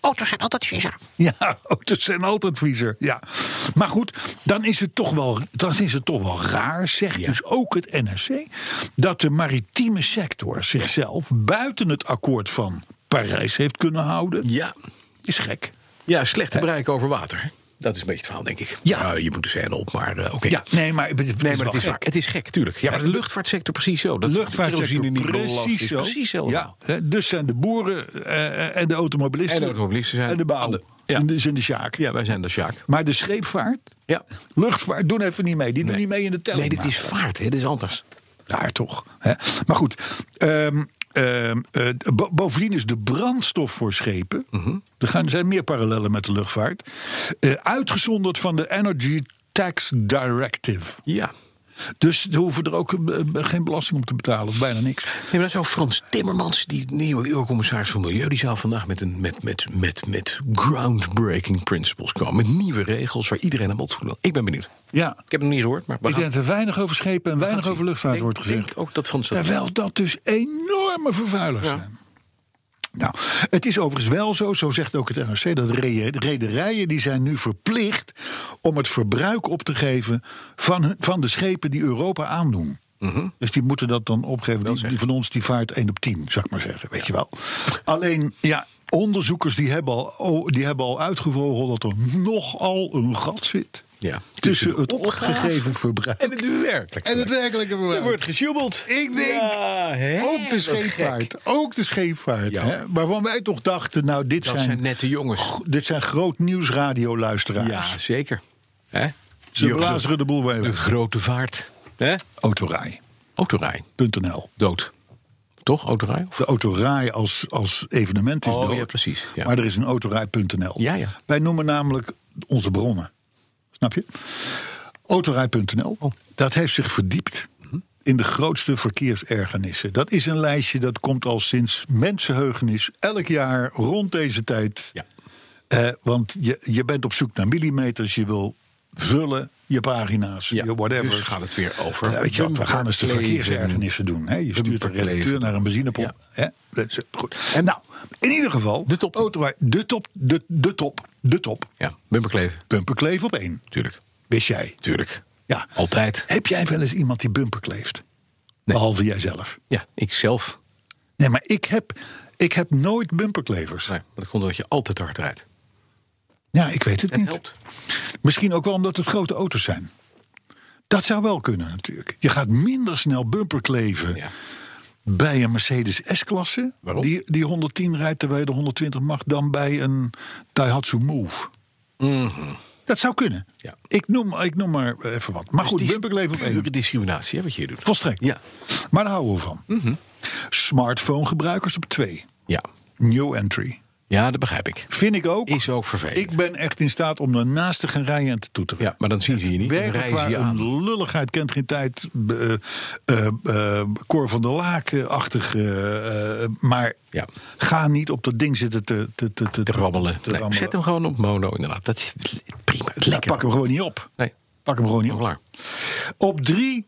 Auto's zijn altijd zeer.
*laughs* Ja, auto's zijn altijd viezer. Ja. Maar goed, dan is het toch wel, dan is het toch wel raar, zegt dus ook het NRC, dat de maritieme sector zichzelf buiten het akkoord van Parijs heeft kunnen houden.
Ja.
Is gek.
Ja, slecht te bereiken over water. hè? Dat is een beetje het verhaal, denk ik.
Ja.
Nou, je moet de scène op, maar eh, oké.
Ja, nee, maar, het,
Nee, maar
wel
het is,
gek.
waar. het is gek, tuurlijk. Ja, maar de luchtvaartsector precies zo. Dat
Luchtvaartsector,
kerosine niet belast
precies
is
zo.
Precies zo.
Ja, hè, dus zijn de boeren eh, en de automobilisten.
En de automobilisten zijn
En de bouw.
aan de- ja.
En dus in de sjaak.
ja, wij zijn de Sjaak.
Maar de scheepvaart,
Ja.
luchtvaart, doen even niet mee. Die doen
Nee.
niet mee in de telling.
Nee, dit is vaart, hè. dit is anders.
Daar toch. Hè? Maar goed. ehm, ehm, eh, bo- bovendien is de brandstof voor schepen.
Mhm.
Er, gaan, er zijn meer parallellen met de luchtvaart. eh, uitgezonderd van de Energy Tax Directive.
Ja.
Dus ze hoeven er ook eh, geen belasting op te betalen. of Bijna niks.
Nee, maar dat zou Frans Timmermans, die nieuwe eurocommissaris van Milieu, die zou vandaag met, een, met, met, met, met groundbreaking principles komen. Met nieuwe regels waar iedereen aan moet voelen. Ik ben benieuwd.
Ja.
Ik heb hem niet gehoord, maar we
Ik
gaan-
denk dat er weinig over schepen en weinig over luchtvaart
Ik
wordt gezegd.
denk ook dat Frans dat-
Terwijl dat dus enorme vervuilers zijn. Nou, het is overigens wel zo, zo zegt ook het NRC, dat re- rederijen die zijn nu verplicht om het verbruik op te geven van, hun- van de schepen die Europa aandoen. Dus die moeten dat dan opgeven. Die, die van ons die vaart 1 op 10, zou ik maar zeggen. Weet je wel. Alleen, ja, onderzoekers die hebben al, oh, die hebben al uitgevogeld dat er nogal een gat zit.
Ja.
Tussen het opgegeven verbruik
En het werkelijk.
en het werkelijke
Er
verbruik.
wordt gesjoebeld.
Ik denk,
Ja, hè,
ook de
wat
scheepvaart.
gek.
Ook de scheepvaart.
Ja.
Hè, waarvan wij toch dachten, nou, dit
Dat
zijn,
zijn nette jongens.
dit zijn groot nieuwsradioluisteraars.
Ja, zeker. Hè?
Ze
Die
blazeren de boel weer
gro- de
weg.
grote vaart. Hè?
Autorij.nl
Autorij. Dood. Toch? Autorij? Of-
De autorij als, als evenement is
Oh,
dood.
ja, precies, ja.
Maar er is een autorij.nl.
Ja, ja.
Wij noemen namelijk onze bronnen. Snap je? Autorij.nl,
Oh. Mhm.
dat heeft zich verdiept in de grootste verkeersergernissen. Dat is een lijstje dat komt al sinds mensenheugenis elk jaar rond deze tijd.
Ja.
Eh, want je, je bent op zoek naar millimeters, je wil vullen je pagina's,
Ja,
je whatever.
dus gaat het weer over
Ja, weet je wat, we gaan eens de
bumperkleven.
verkeersergernissen doen. Hè? Je stuurt een
Bumperkleven.
redacteur naar een benzinepomp. Hè? Dat is Goed. En nou, in ieder geval,
De top.
Autorij, de top, de, de top, de top.
Ja, bumperkleven.
Bumperkleef op één,
Tuurlijk.
wist jij.
Tuurlijk.
Ja.
Altijd.
Heb jij wel eens iemand die bumper kleeft?
Nee.
Behalve jijzelf.
Ja, ik zelf.
Nee, maar ik heb, ik heb nooit bumperklevers.
Nee, maar dat komt omdat je altijd te hard rijdt.
Ja, ik weet het
Het
niet.
helpt.
Misschien ook wel omdat het grote auto's zijn. Dat zou wel kunnen natuurlijk. Je gaat minder snel bumper kleven
Ja.
bij een Mercedes S-klasse.
Waarom?
Die, die 110 rijdt terwijl je de 120 mag. Dan bij een Daihatsu Move. Dat zou kunnen.
Mhm. Ja. Dus
Ik, noem, ik noem maar even wat. Maar goed,
Dis-
bumperkleven op één.
Pure discriminatie, hè, wat je hier doet.
Volstrekt.
Ja. Mhm.
Maar daar houden we van. Smartphone gebruikers op twee.
Ja.
New entry.
ja, dat begrijp ik.
Vind ik ook.
Is ook vervelend.
Ik ben echt in staat om ernaast te gaan rijden en te toeteren.
Ja, maar dan zien ze je niet. Dan
Werkelijk
rijden ze
waar,
je aan.
een lulligheid kent geen tijd. eh, eh, eh, Cor van der Laak-achtig. eh, eh, maar
Ja.
ga niet op dat ding zitten te, te, te, te,
Te rammelen.
te
Nee,
rammelen.
zet hem gewoon op mono, inderdaad. Dat is prima. Het is
Ja,
lekker.
pak hem gewoon niet op.
Nee,
Pak hem gewoon niet op.
klaar.
Op drie,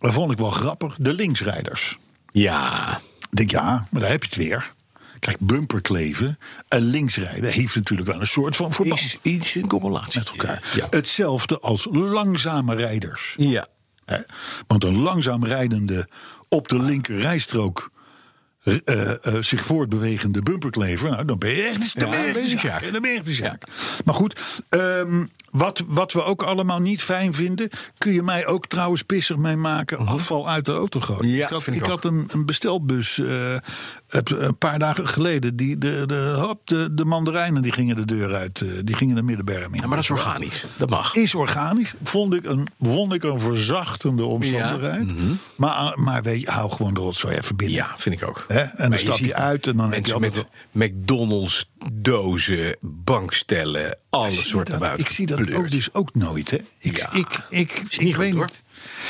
dat vond ik wel grappig, de linksrijders.
Ja.
Ik denk, ja, maar daar heb je het weer. Kijk, bumperkleven en linksrijden heeft natuurlijk wel een soort van verband
Is iets in combinatie.
met elkaar.
Ja.
Hetzelfde als langzame rijders.
ja.
Hè? Want een langzaam rijdende, op de linker rijstrook eh, eh, zich voortbewegende bumperklever. Nou, dan ben je echt dan ben je echt
ben je
een
een
zaak.
zaak.
Dan ben je echt een zaak. Maar goed, ehm, wat, wat we ook allemaal niet fijn vinden. kun je mij ook trouwens pissig mee maken. afval uit de auto gooien.
Mhm. Ja,
ik had,
vind ik ook.
had een, een bestelbus eh, heb- een paar dagen geleden. Die, de, de, hop, de, de mandarijnen die gingen de deur uit. eh, die gingen de middenberm in.
Ja, maar dat is organisch. Dat mag.
Is organisch, vond ik een, vond ik een verzachtende omstandigheid. Maar, eh, maar weet, je, hou gewoon de rotzooi even binnen.
Mhm. Ja, vind ik ook.
Hè? En dan
Maar
stap je
ziet
uit en dan heb je
mensen
altijd
met McDonald's dozen, bankstellen, alle
Zie je
soorten
dat?
buiten.
Ik zie dat ook dus ook nooit. Hè? Ik,
Ja.
ik, ik, ik,
Is niet goed,
weet
hoor.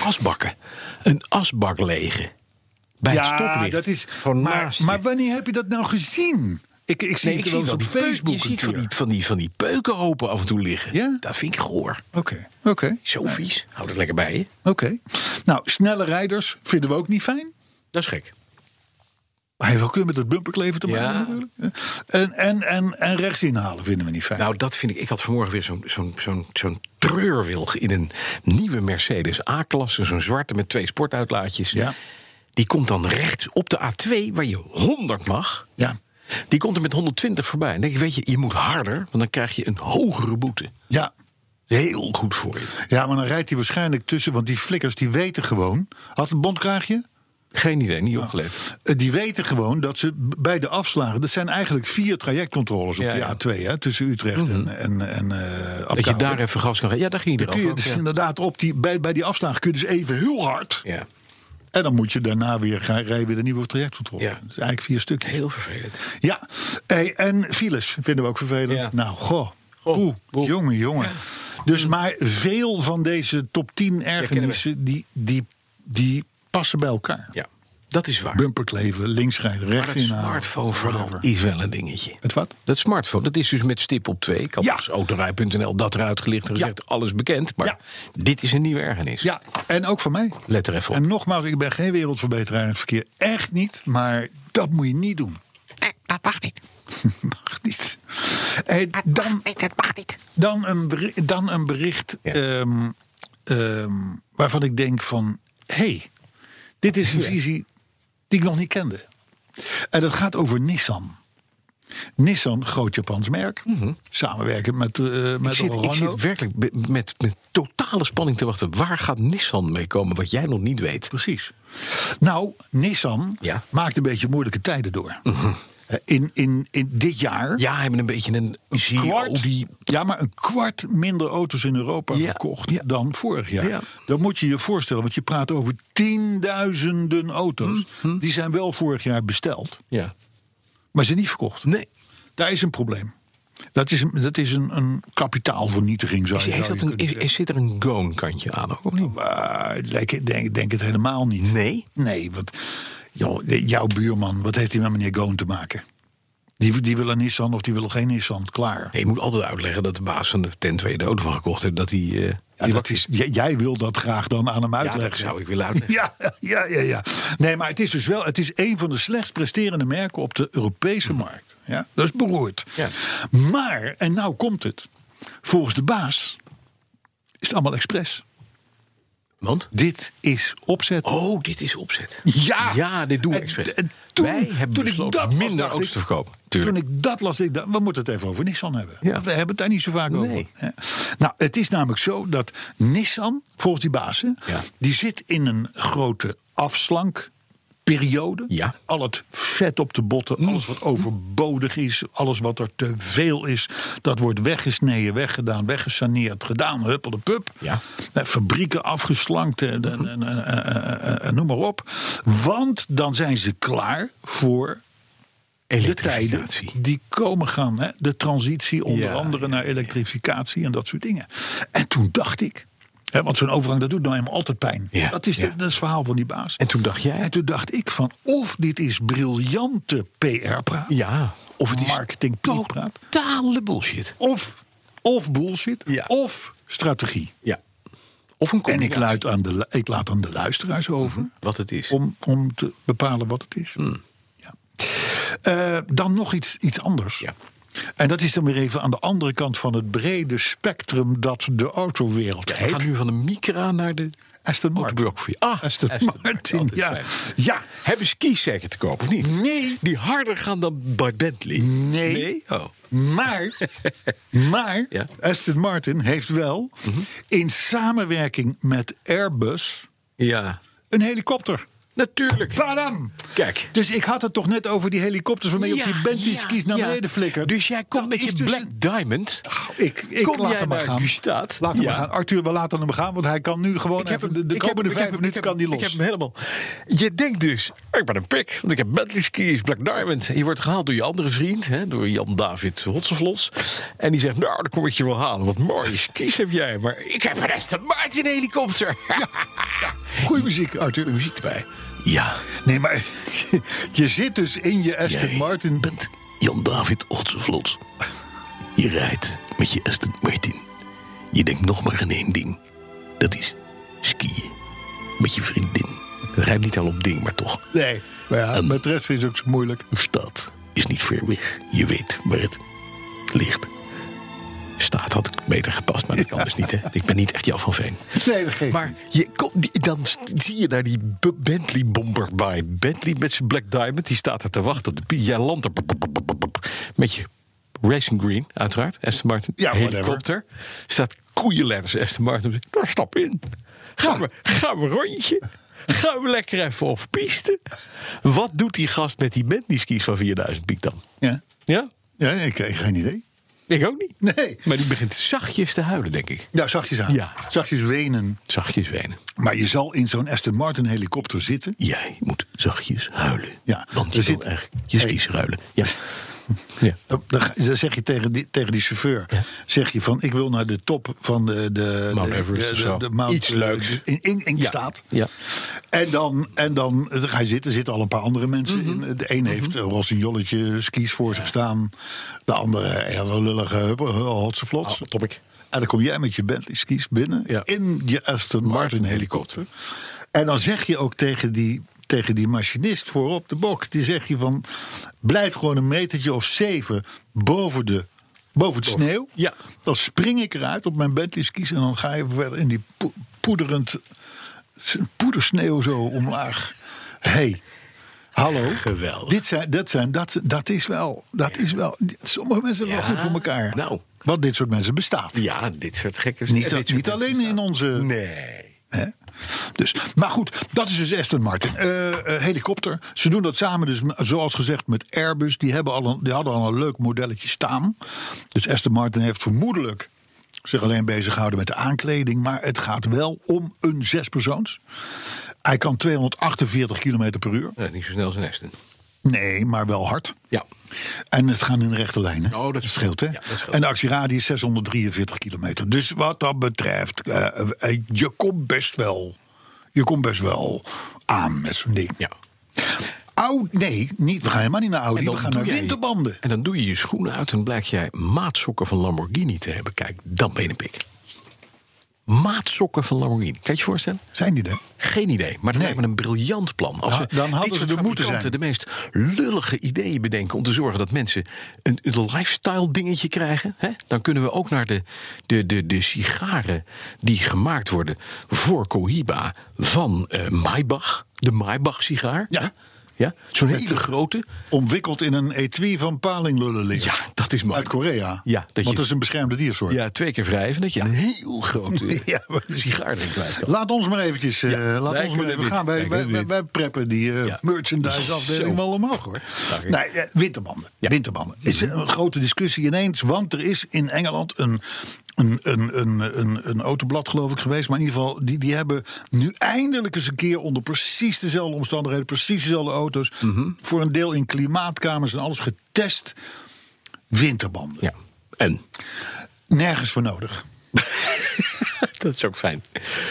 niet.
Asbakken. Een asbak legen. Bij het
Ja,
stoplicht.
dat is.
Gewoon
Maar,
naast je.
maar wanneer heb je dat nou gezien? Ik, ik zie
Nee, ik
het
zie
wel eens
wel
op
die peu-
Facebook.
Je ziet van die,
natuurlijk.
van, die, van die peuken open af en toe liggen.
Ja?
Dat vind ik goor.
Oké, oké,
Zo vies. Houd het lekker bij je.
oké. Nou, snelle rijders vinden we ook niet fijn.
Dat is gek.
Hij heeft ook weer met het bumperkleven te maken
Ja.
natuurlijk. En, en, en, en rechts inhalen vinden we niet fijn.
Nou, dat vind ik. Ik had vanmorgen weer zo'n zo'n zo'n zo'n treurwilg in een nieuwe Mercedes A-klasse. Zo'n zwarte met twee sportuitlaatjes.
Ja.
Die komt dan rechts op de A2, waar je 100 mag.
ja.
Die komt er met 120 voorbij. En dan denk ik, weet je, je moet harder, want dan krijg je een hogere boete.
Ja.
Dat is heel goed voor je.
ja, maar dan rijdt hij waarschijnlijk tussen, want die flikkers die weten gewoon. Had een bondkraagje?
Geen idee, niet opgelet.
Eh, Die weten gewoon dat ze b- bij de afslagen. Dat zijn eigenlijk vier trajectcontroles op
Ja,
de
ja.
A2, hè, tussen Utrecht en, en, en eh,
Dat je
Apeldoorn.
daar even gas kan geven. Ja, daar ging
Dan
hij
kun je dus
erover. ook, ja.
inderdaad op die, bij, bij die afslagen kun je dus even heel hard.
Ja.
En dan moet je daarna weer gaan rijden weer de nieuwe trajectcontrole.
Ja.
Dat is eigenlijk vier stukjes.
Heel vervelend.
Ja, hey, en files vinden we ook vervelend.
Ja.
Nou, goh.
Goh,
Poeh,
poeh.
jongen, jongen. Dus maar veel van deze top 10 ergernissen, die, die, die passen bij elkaar.
Ja, dat is waar.
Bumperkleven, linksrijden,
Maar
rechts
dat smartphone-verhaal
eh, whatever.
is wel een dingetje.
Het wat?
Dat smartphone, dat is dus met stip op twee. Ik had
Ja.
als autorij.nl dat eruit gelicht en gezegd, alles bekend. Maar
Ja.
dit is een nieuwe ergernis.
Ja, en ook voor mij.
Let er even op.
En nogmaals, ik ben geen wereldverbeteraar in het verkeer. Echt niet, maar dat moet je niet doen.
Nee, dat mag niet.
Mag niet. Hey,
Dat
dan
mag niet, dat mag niet.
Dan een bericht, dan een bericht
Ja.
ehm, ehm, waarvan ik denk van... hé, hey, dit is een visie die ik nog niet kende. En dat gaat over Nissan. Nissan, groot Japans merk. Samenwerken met, eh
Mhm. ik,
met
zit, ik
Renault.
zit werkelijk be- met, met totale spanning te wachten. Waar gaat Nissan mee komen, wat jij nog niet weet?
Precies. Nou, Nissan
Ja. Mhm.
maakt een beetje moeilijke tijden door. Eh, In, in, in dit jaar...
Ja, hebben een beetje een, CEO
kwart,
die...
ja, maar een kwart minder auto's in Europa
Ja,
verkocht
ja.
dan vorig jaar.
Ja.
Dat moet je je voorstellen, want je praat over tienduizenden auto's.
Mm,
Die zijn wel vorig jaar besteld,
Ja.
maar ze niet verkocht.
Nee.
Daar is een probleem. Dat is, een- dat is een, een kapitaalvernietiging, zou
Is,
je,
heeft
zou
dat
je
een, is,
kunnen
is- zit er een Goon-kantje aan ook,
Oh.
of niet?
zeggen. Maar lijkt- ik denk, denk het helemaal niet.
Nee.
Nee, want joh, de- jouw buurman, wat heeft hij met meneer Goon te maken? Die, die willen Nissan of die willen geen Nissan. Klaar.
Nee, je moet altijd uitleggen dat de baas van de tent waar je de auto van gekocht hebt, dat hij. eh,
Ja, dat
die bakjes-
is, jij, jij wil dat graag dan aan hem
ja, dat
uitleggen.
zou ik willen uitleggen.
*laughs* Ja, ja, ja, ja. Nee, maar het is dus wel. Het is een van de slechtst presterende merken op de Europese markt. Ja, dat is beroerd.
Mhm. Ja.
Maar, en nou komt het. Volgens de baas is het allemaal expres.
Want?
Dit is opzet.
Oh, dit is opzet.
Ja.
Ja, dit doen we
En-
expres.
en toen-
Wij hebben
toen ik
besloten
dat las,
minder
dacht
auto's
ik-
te verkopen.
Toen
Tuurlijk.
ik dat las, ik dacht, we moeten het even over Nissan hebben.
Ja.
Want We hebben het daar niet zo vaak over.
Nee.
hè. Nou, het is namelijk zo dat Nissan, volgens die bazen,
Ja.
die zit in een grote afslankperiode.
Ja. Mm.
Al het vet op de botten, alles wat overbodig is, alles wat er te veel is, dat wordt weggesneden, weggedaan, weggesaneerd, gedaan, huppel de pup.
Ja. Mhm.
Eh, Fabrieken afgeslankt, eh, de- de- eh, eh, eh, eh, noem maar op. Want dan zijn ze klaar voor de tijden
Elektrificatie.
die komen gaan. Hè? De transitie onder
Ja,
andere
ja,
naar elektrificatie en dat soort dingen. En toen dacht ik, hè, want zo'n overgang dat doet nou helemaal altijd pijn.
Ja,
dat, is de-
ja.
dat is het verhaal van die baas.
En toen dacht jij?
En toen dacht ik van, of dit is briljante PR-praat.
Ja, of het is
marketing praat
totale bullshit.
Of, of bullshit,
Ja.
of strategie.
Ja. Of
En
een
ik,
combinatie.
luid aan de, lu- ik laat aan de luisteraars over
Mhm. Wat het is. Hmm.
om, om te bepalen wat het is. Ja. Eh, dan nog iets, iets anders.
Ja.
En dat is dan weer even aan de andere kant van het brede spectrum dat de autowereld
We gaan
heet.
nu van de Micra naar de
Aston Martin.
autobiography. Ah,
Aston Martin,
altijd
ja.
fijn.
Ja.
Hebben ze kieszeker te kopen of niet?
Nee.
Die harder gaan dan bij Bentley.
Nee.
Oh. *laughs*
Maar, maar
Ja. Mhm.
Aston Martin heeft wel in samenwerking met Airbus
Ja.
een helikopter.
Natuurlijk.
Badam!
Kijk.
Dus ik had het toch net over die helikopters waarmee je op die Bentley's kies naar
ja.
beneden flikkert.
Dus jij komt
Dat
met
is
je
dus
Black
een-
Diamond.
Ik, ik
Kom
laat
jij
hem maar
naar
gaan.
Gustaat?
Laat hem
Ja.
maar gaan. Arthur, we laten hem gaan, want hij kan nu gewoon. even de de
ik heb
komende
hem,
vijf
ik heb hem,
minuten
ik heb
kan hij
hem,
los.
Ik heb hem helemaal. Je denkt dus, ik ben een pik, want ik heb Bentley skis, Black Diamond. En je wordt gehaald door je andere vriend, hè, door Jan David Hotsenvlos. En die zegt, nou, dan kom ik je wel halen. Wat mooie skis heb jij, maar ik heb een Aston Martin helikopter. *laughs*
Goeie muziek, Arthur.
Muziek erbij. Ja,
Nee, maar *laughs* je zit dus in je Aston
jij
Martin.
bent Jan David Hotsenvlos. Je rijdt met je Aston Martin. Je denkt nog maar aan één ding. Dat is skiën. Met je vriendin. Rijmt niet al op ding, maar toch.
Nee, maar ja, met de rest is ook zo moeilijk.
De stad is niet ver weg. Je weet waar het ligt. Staat had ik beter gepast, maar dat kan dus niet. Hè? Ik ben niet echt Jan van Veen.
Nee, dat geeft
Maar je, ko- die- dan s- zie je daar die B- Bentley bomber bij. Bentley met zijn Black Diamond. Die staat er te wachten op de pi. Jij landt er. pop, pop, pop, pop, pop, Met je Racing Green, uiteraard. Aston Martin.
Ja, whatever.
Helikopter. Staat koeienletters Aston Martin. op. Nou, stap in. Gaan, we, gaan we rondje. Gaan we lekker even op piste. Wat doet die gast met die Bentley skis van 4000 piek dan?
Ja,
Ja?
ja ik kreeg geen idee.
Ik ook niet.
Nee.
Maar die begint zachtjes te huilen, denk ik.
Ja, zachtjes aan.
Ja.
Zachtjes wenen.
Zachtjes wenen.
Maar je zal in zo'n Aston Martin helikopter zitten.
Jij moet zachtjes huilen.
Ja,
want je
er
wil
zit-
eigenlijk je skis ruilen.
*laughs*
Ja. ja.
Dan, Oh, dan ga- dan zeg je tegen die, tegen die chauffeur: zeg je van ik wil naar de top van de, de,
Mount
de-
Everest
de-
of
de-
zo.
de Mount- eh,
Iets leuks.
In, in, in
Ja.
staat.
Ja.
En, dan, en dan, eh, dan ga je zitten. Er zitten al een paar andere mensen
Mhm.
in. De een heeft een rossignolletje skis voor zich staan. De andere eh, een lullige hotse vlots.
Ah, topic.
En dan kom jij met je Bentley skis binnen.
Ja.
In je Aston Martin,
Martin
helikopter. En dan zeg je ook tegen die, tegen die machinist voorop de bok. Die zeg je van blijf gewoon een metertje of zeven boven de... Boven het sneeuw.
ja.
Dan spring ik eruit op mijn Bentley skis. En dan ga je verder in die po- poederend... Poedersneeuw zo omlaag. Hé, hey, hallo.
Geweldig.
Dit zijn, dat, zijn, dat, dat is wel... Dat is wel sommige mensen zijn wel
Ja,
goed voor elkaar.
nou.
Want dit soort mensen bestaat.
ja, dit soort gekkers.
Niet,
dit soort
niet
mensen
alleen in eh,
staan.
onze.
Nee.
Hè? Dus, maar goed, dat is dus Aston Martin. Eh, eh, helikopter. Ze doen dat samen, dus m- zoals gezegd, met Airbus. Die, hebben al een, die hadden al een leuk modelletje staan. Dus Aston Martin heeft vermoedelijk zich alleen bezig gehouden met de aankleding. Maar het gaat wel om een zespersoons. Hij kan 248 km per uur.
Nou, niet zo snel als een Aston.
Nee, maar wel hard.
Ja.
En het gaan in rechte lijnen.
Oh, dat-
scheelt, hè?
ja, dat scheelt.
En de actieradius is 643 kilometer. Dus wat dat betreft, eh, eh, je komt best wel. Je komt best wel aan met zo'n ding.
Ja.
oud. Nee, niet, we gaan helemaal niet naar Audi. We gaan
doe
naar
jij-
winterbanden.
En dan doe je je schoenen uit en blijkt jij maatsokken van Lamborghini te hebben. Kijk, dan ben je een pik. Maatsokken van Lamborghini. Kan je je voorstellen?
Zijn die er?
Geen idee, maar dat
Nee.
lijkt me een briljant plan. Als
Ja,
ze
dan hadden
dit
ze
soort
er moeten
fabrikanten de meest lullige ideeën bedenken om te zorgen dat mensen een, een lifestyle dingetje krijgen. Hè? Dan kunnen we ook naar de, de, de, de sigaren die gemaakt worden voor Cohiba van eh Maybach, de Maybach sigaar.
Ja.
hè? Ja? Zo'n hele grote.
Ontwikkeld in een etui van palinglullenleer.
Ja, dat is mooi.
Uit Korea.
Ja, dat je-
Want het is een beschermde diersoort.
Ja, twee keer wrijven. Dat je een heel
*laughs*
grote
Ja, maar-
sigaar erin kwijt kan.
Laat ons maar eventjes. eh, laat
wij
ons maar
kunnen
even
dit.
gaan. Wij,
Wij
wij,
kunnen
wij,
dit.
wij preppen die eh,
Ja.
merchandise-afdeling
Zo.
wel omhoog hoor.
Dank u.
Nee, eh, winterbanden.
Ja. Mhm.
Winterbanden. Is een grote discussie ineens. Want er is in Engeland een, een, een, een, een, een autoblad, geloof ik, geweest. Maar in ieder geval, die, die hebben nu eindelijk eens een keer onder precies dezelfde omstandigheden. Precies dezelfde auto's.
Mhm.
Voor een deel in klimaatkamers en alles getest. Winterbanden.
Ja. En? *laughs*
Nergens voor nodig.
Dat is ook fijn.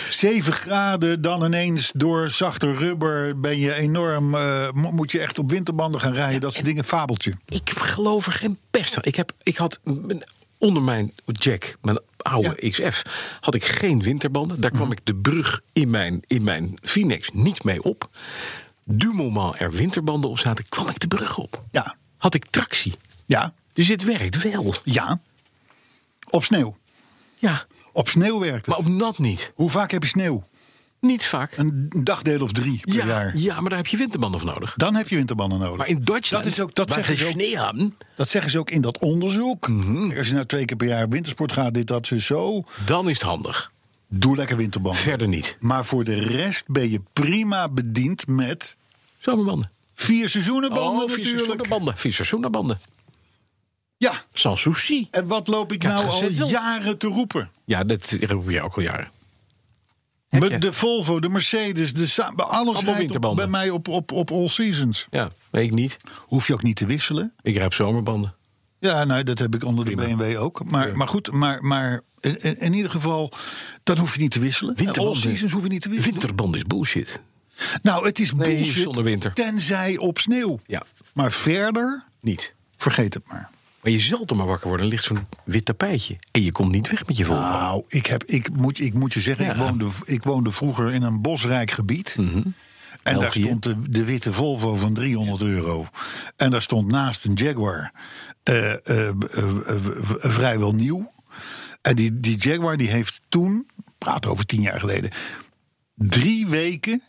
7 graden, dan ineens door zachter rubber ben je enorm. eh, mo- moet je echt op winterbanden gaan rijden, dat soort dingen. Fabeltje.
Ik geloof er geen pest van. Ik, heb, ik had mijn- onder mijn jack, mijn oude XF, had ik geen winterbanden. Daar kwam
Mhm.
ik de brug in mijn, in mijn Phoenix niet mee op. Du moment er winterbanden op zaten, kwam ik de brug op.
Ja.
Had ik tractie.
Ja,
Dus het werkt wel.
ja. Op sneeuw.
Ja,
Op sneeuw werkt het.
maar op nat niet.
Hoe vaak heb je sneeuw?
Niet vaak.
Een dagdeel of drie per
Ja,
jaar.
ja, maar daar heb je winterbanden voor nodig.
Dan heb je winterbanden nodig.
Maar in Duitsland,
Dat, is ook, dat,
waar
zeggen,
ze
ze ook,
sneeuw hebben,
dat zeggen ze ook in dat onderzoek.
Mhm.
Als je nou twee keer per jaar op wintersport gaat, dit, dat, ze zo.
dan is het handig.
Doe lekker winterbanden.
*laughs* Verder niet.
Maar voor de rest ben je prima bediend met
Zomerbanden.
vier seizoenenbanden
oh, vier
natuurlijk.
seizoenenbanden. Vier seizoenenbanden.
Ja,
Sanssouci.
En wat loop ik
Ja,
nou
het
al
gezin wel.
jaren te roepen?
Ja, dat roep je ook al jaren. je?
Met de Volvo, de Mercedes, de Sa- alles rijdt op,
winterbanden.
bij mij op, op, op all seasons.
Ja, weet ik niet.
Hoef je ook niet te wisselen.
Ik rijd op zomerbanden.
Ja, nou, dat heb ik onder de BMW ook. Maar, maar goed, maar, maar in, in- in ieder geval, dan hoef je niet te wisselen. All
Winterbanden.
seasons hoef je niet te wisselen.
Winterbanden is bullshit.
Nou, het is
Nee,
bullshit,
zonder winter.
tenzij op sneeuw.
Ja.
Maar verder,
Niet.
vergeet het maar.
Maar je zal toch maar wakker worden. Er ligt zo'n wit tapijtje. En je komt niet weg met je volgende.
Nou, ik, heb, ik, moet, ik moet je zeggen,
Ja. Mhm.
ik, woonde, ik woonde vroeger in een bosrijk gebied. En daar
België.
stond de, de witte Volvo van 300 euro. En daar stond naast een Jaguar. eh, eh, eh, eh, eh, vrijwel nieuw. En die, die Jaguar die heeft toen, ik praat over tien jaar geleden, drie weken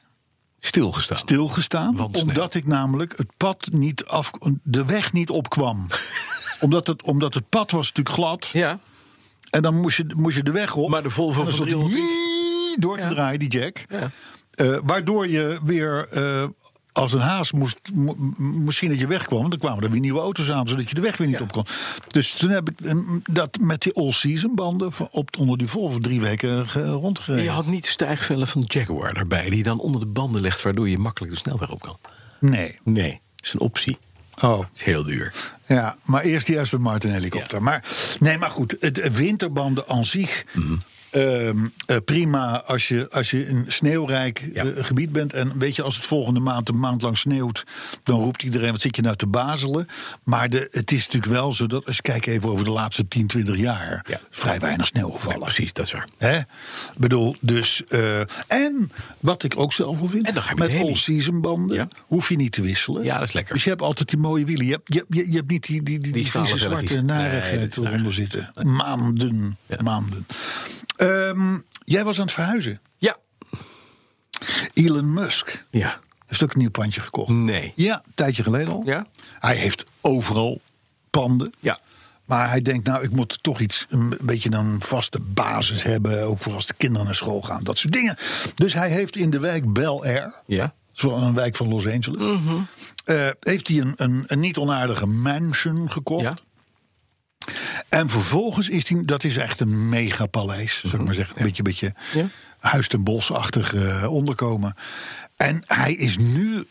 Stilgestaan.
stilgestaan.
Want sneeuw.
omdat ik namelijk het pad niet af, de weg niet
*laughs*
opkwam. omdat, het, omdat het pad was natuurlijk glad.
Ja.
En dan moest je, moest je de weg op.
Maar de Volvo
En dan
van
stond die door te draaien, die jack. Eh, waardoor je weer eh, als een haas moest... mo- m- misschien dat je wegkwam. want Dan kwamen er weer nieuwe auto's aan, zodat je de weg weer niet op kon. Dus toen heb ik eh, m, dat met die all-season banden... van- op, onder die Volvo drie weken eh, ge- rondgereden.
Je had niet de stijgvellen van de Jaguar daarbij. Die je dan onder de banden legt. Waardoor je makkelijk de snelweg op kan.
Nee.
Nee. Dat is een optie.
Oh,
is heel duur.
ja. Maar eerst die Aston Martin helikopter.
Ja.
Maar, nee, maar goed. Het, eh, winterbanden aan zich...
Mhm.
ehm, eh, prima als je, als je een sneeuwrijk
Ja.
eh, gebied bent. En weet je, als het volgende maand een maand lang sneeuwt... dan roept iedereen, wat zit je nou te bazelen? Maar de, het is natuurlijk wel zo dat... als je kijkt even over de laatste 10, 20 jaar...
Ja.
vrij weinig sneeuw gevallen.
Nee, precies, dat is waar.
Hè? Ik bedoel, dus. eh, en wat ik ook zelf wel vind.
En dan ga je met
met
de heli.
all-season banden
Ja.
hoef je niet te wisselen.
Ja, dat is lekker.
Dus je hebt altijd die mooie wielen. Je hebt, je, hebt- je, je hebt niet die, die, die, die,
stalen
vieze
velgjes.
zwarte
Nee,
narigheid
dat is
eronder
narigheid.
zitten. Maanden. Maanden. Ehm, jij was aan het verhuizen.
Ja.
Elon Musk
Ja.
heeft ook een nieuw pandje gekocht.
Nee.
Ja, een tijdje geleden al.
Ja?
Hij heeft overal panden.
Ja.
Maar hij denkt, nou, ik moet toch iets, een beetje een vaste basis hebben. Ook voor als de kinderen naar school gaan, dat soort dingen. Dus hij heeft in de wijk Bel Air,
Ja. Mhm.
zo'n een wijk van Los Angeles, eh, heeft hij een, een, een niet onaardige mansion gekocht.
Ja.
En vervolgens is hij, dat is echt een megapaleis, zou ik maar zeggen. Een beetje, beetje
Mhm. Ja.
huis ten bosachtig eh, onderkomen. En hij is nu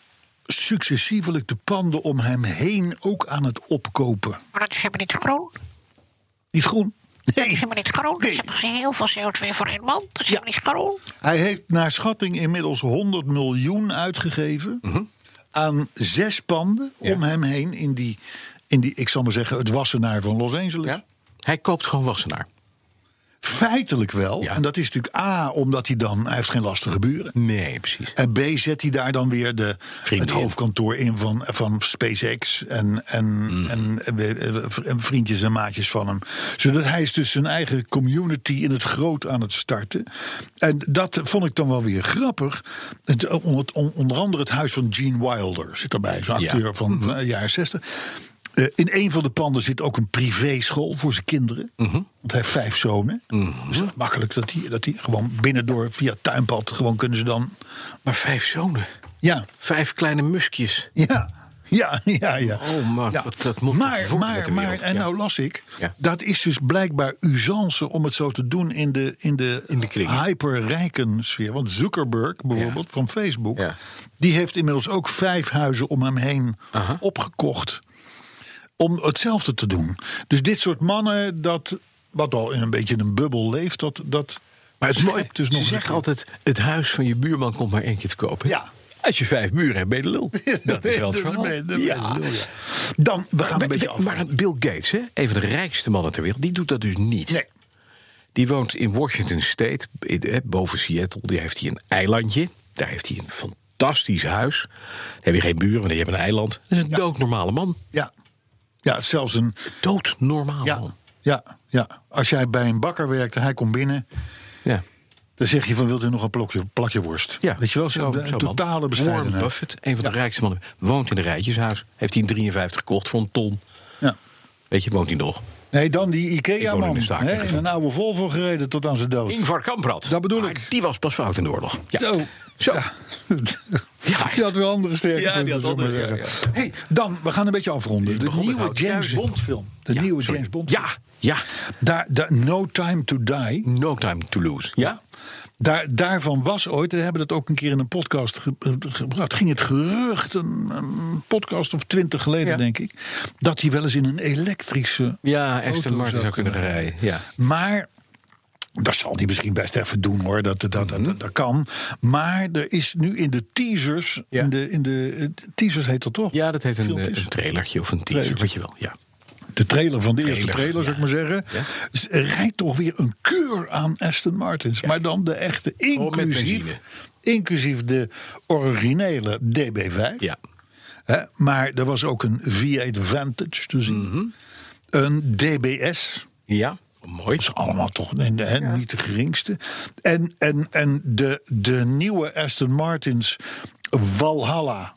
successievelijk de panden om hem heen ook aan het opkopen.
Maar dat is helemaal niet groen. Dat
Niet groen.
is
Nee,
helemaal niet groen.
Nee.
Nee. Dat is heel veel CO2 voor één man. Dat is helemaal niet groen.
Mhm.
hij heeft naar schatting inmiddels 100 miljoen uitgegeven. aan zes panden om hem heen in die, in die, ik zal maar zeggen, het wassenaar van Los Angeles.
Ja? Hij koopt gewoon wassenaar.
Feitelijk wel.
Ja.
En dat is natuurlijk A, omdat hij dan, hij heeft geen lastige buren.
Nee, precies.
En Eh, B zet hij daar dan weer de,
Vrienden
het
in.
hoofdkantoor in van, van SpaceX en, en,
Hmm.
en, eh, eh, v- en vriendjes en maatjes van hem. Zodat hij is dus zijn eigen community in het groot aan het starten. En dat vond ik dan wel weer grappig. Het, eh, on- het- on- onder andere het huis van Gene Wilder zit erbij, zo'n
Ja. Mhm.
acteur van de jaren 60. Eh, in een van de panden zit ook een privéschool voor zijn kinderen.
Mhm.
Want hij heeft vijf zonen. Dus het is makkelijk dat die, dat die gewoon binnendoor via het tuinpad... gewoon kunnen ze dan...
Maar vijf zonen.
Ja,
Vijf kleine muskjes.
ja, ja, ja. ja.
Oh, maar
ja.
dat- dat moet
maar,
worden met
maar,
de
maar,
wereld,
en
ja.
nou las ik,
Ja.
dat is dus blijkbaar usance om het zo te doen in de, in de,
In de kringen.
hyperrijken sfeer. Want Zuckerberg bijvoorbeeld
Ja.
van Facebook,
Ja.
die heeft inmiddels ook vijf huizen om hem heen
Aha.
opgekocht. Om hetzelfde te doen. Dus dit soort mannen, dat, wat al in een beetje een bubbel leeft, dat. dat
Maar het is mooi.
schept dus nog
ze
eens een
zeggen
keer. *laughs*
altijd, het huis van je buurman komt maar één keer te kopen.
Ja.
Als je vijf buren hebt, ben je de
*laughs*
lul. Dat is wel het verhaal.
ben je- dan ben je
Ja.
de lul, ja. dus Dan, we gaan een
Maar-
beetje af.
Maar Bill Gates, hè, een van de rijkste mannen ter wereld, die doet dat dus niet.
Nee.
Die woont in Washington State, in- hè, boven Seattle. Die heeft hij een eilandje. Daar heeft hij een fantastisch huis. Daar heb je geen buren, want die hebben een eiland. Dat is een doodnormale man.
Ja. Ja, het is zelfs een.
Doodnormaal
Ja,
man.
ja, ja. Als jij bij een bakker werkt en hij komt binnen.
Ja.
dan zeg je van: wilt u nog een plakje, plakje worst?
Ja,
Weet je wel, zo'n
man.
totale
Warren
bescheidenheid.
Buffett, een van de rijkste mannen, woont in een rijtjeshuis. Heeft hij in 53 gekocht voor een ton.
Ja.
Weet je, woont hij nog.
Nee, dan die
Ik woon in
IKEA-man.
de staak,
hè,
ja.
In een oude Volvo gereden tot aan zijn dood.
Ingvar Kamprad.
Dat bedoel
Maar
ik.
Die was pas fout in de oorlog. Ja.
Zo.
Zo.
Ja.
*laughs* Ja,
*laughs* die had weer andere sterke
Ja,
punten,
die had
zullen we maar
andere, ja,
zeggen. Hey, dan, we gaan een beetje afronden. De
begon met
nieuwe
Hout
James
Kruising.
Bond film. De
Ja,
nieuwe
sorry.
James Bond film.
Ja, ja.
Daar, daar, no Time to Die.
No time to lose.
Ja. Daar, daarvan was ooit, we hebben dat ook een keer in een podcast ge- ge- gebracht. Ging het gerucht, een, een podcast of twintig geleden,
Ja.
denk ik. Dat hij wel eens in een elektrische.
Ja,
auto
Aston Martin zou kunnen gaan rijden. Ja.
Maar. Dat zal hij misschien best even doen hoor, dat, dat, dat,
Mhm.
dat, dat kan. Maar er is nu in de teasers.
Ja.
In de, in de, eh, teasers heet dat toch?
ja, dat heet een, eh,
Filmpjes.
een trailertje of een teaser,
Trailer.
wat je wil. Ja.
De trailer van de eerste trailer,
Trailer,
zou ik maar zeggen.
Ja.
Dus Er rijdt toch weer een keur aan Aston Martins. Maar dan de echte, inclusief,
benzine.
inclusief de originele DB5.
ja.
Hè, maar er was ook een V8 Vantage te zien.
Mhm.
Een DBS.
Ja, mooi.
Dat is allemaal toch nee, nee, hè, niet de geringste. En, en, en de, de nieuwe Aston Martins Valhalla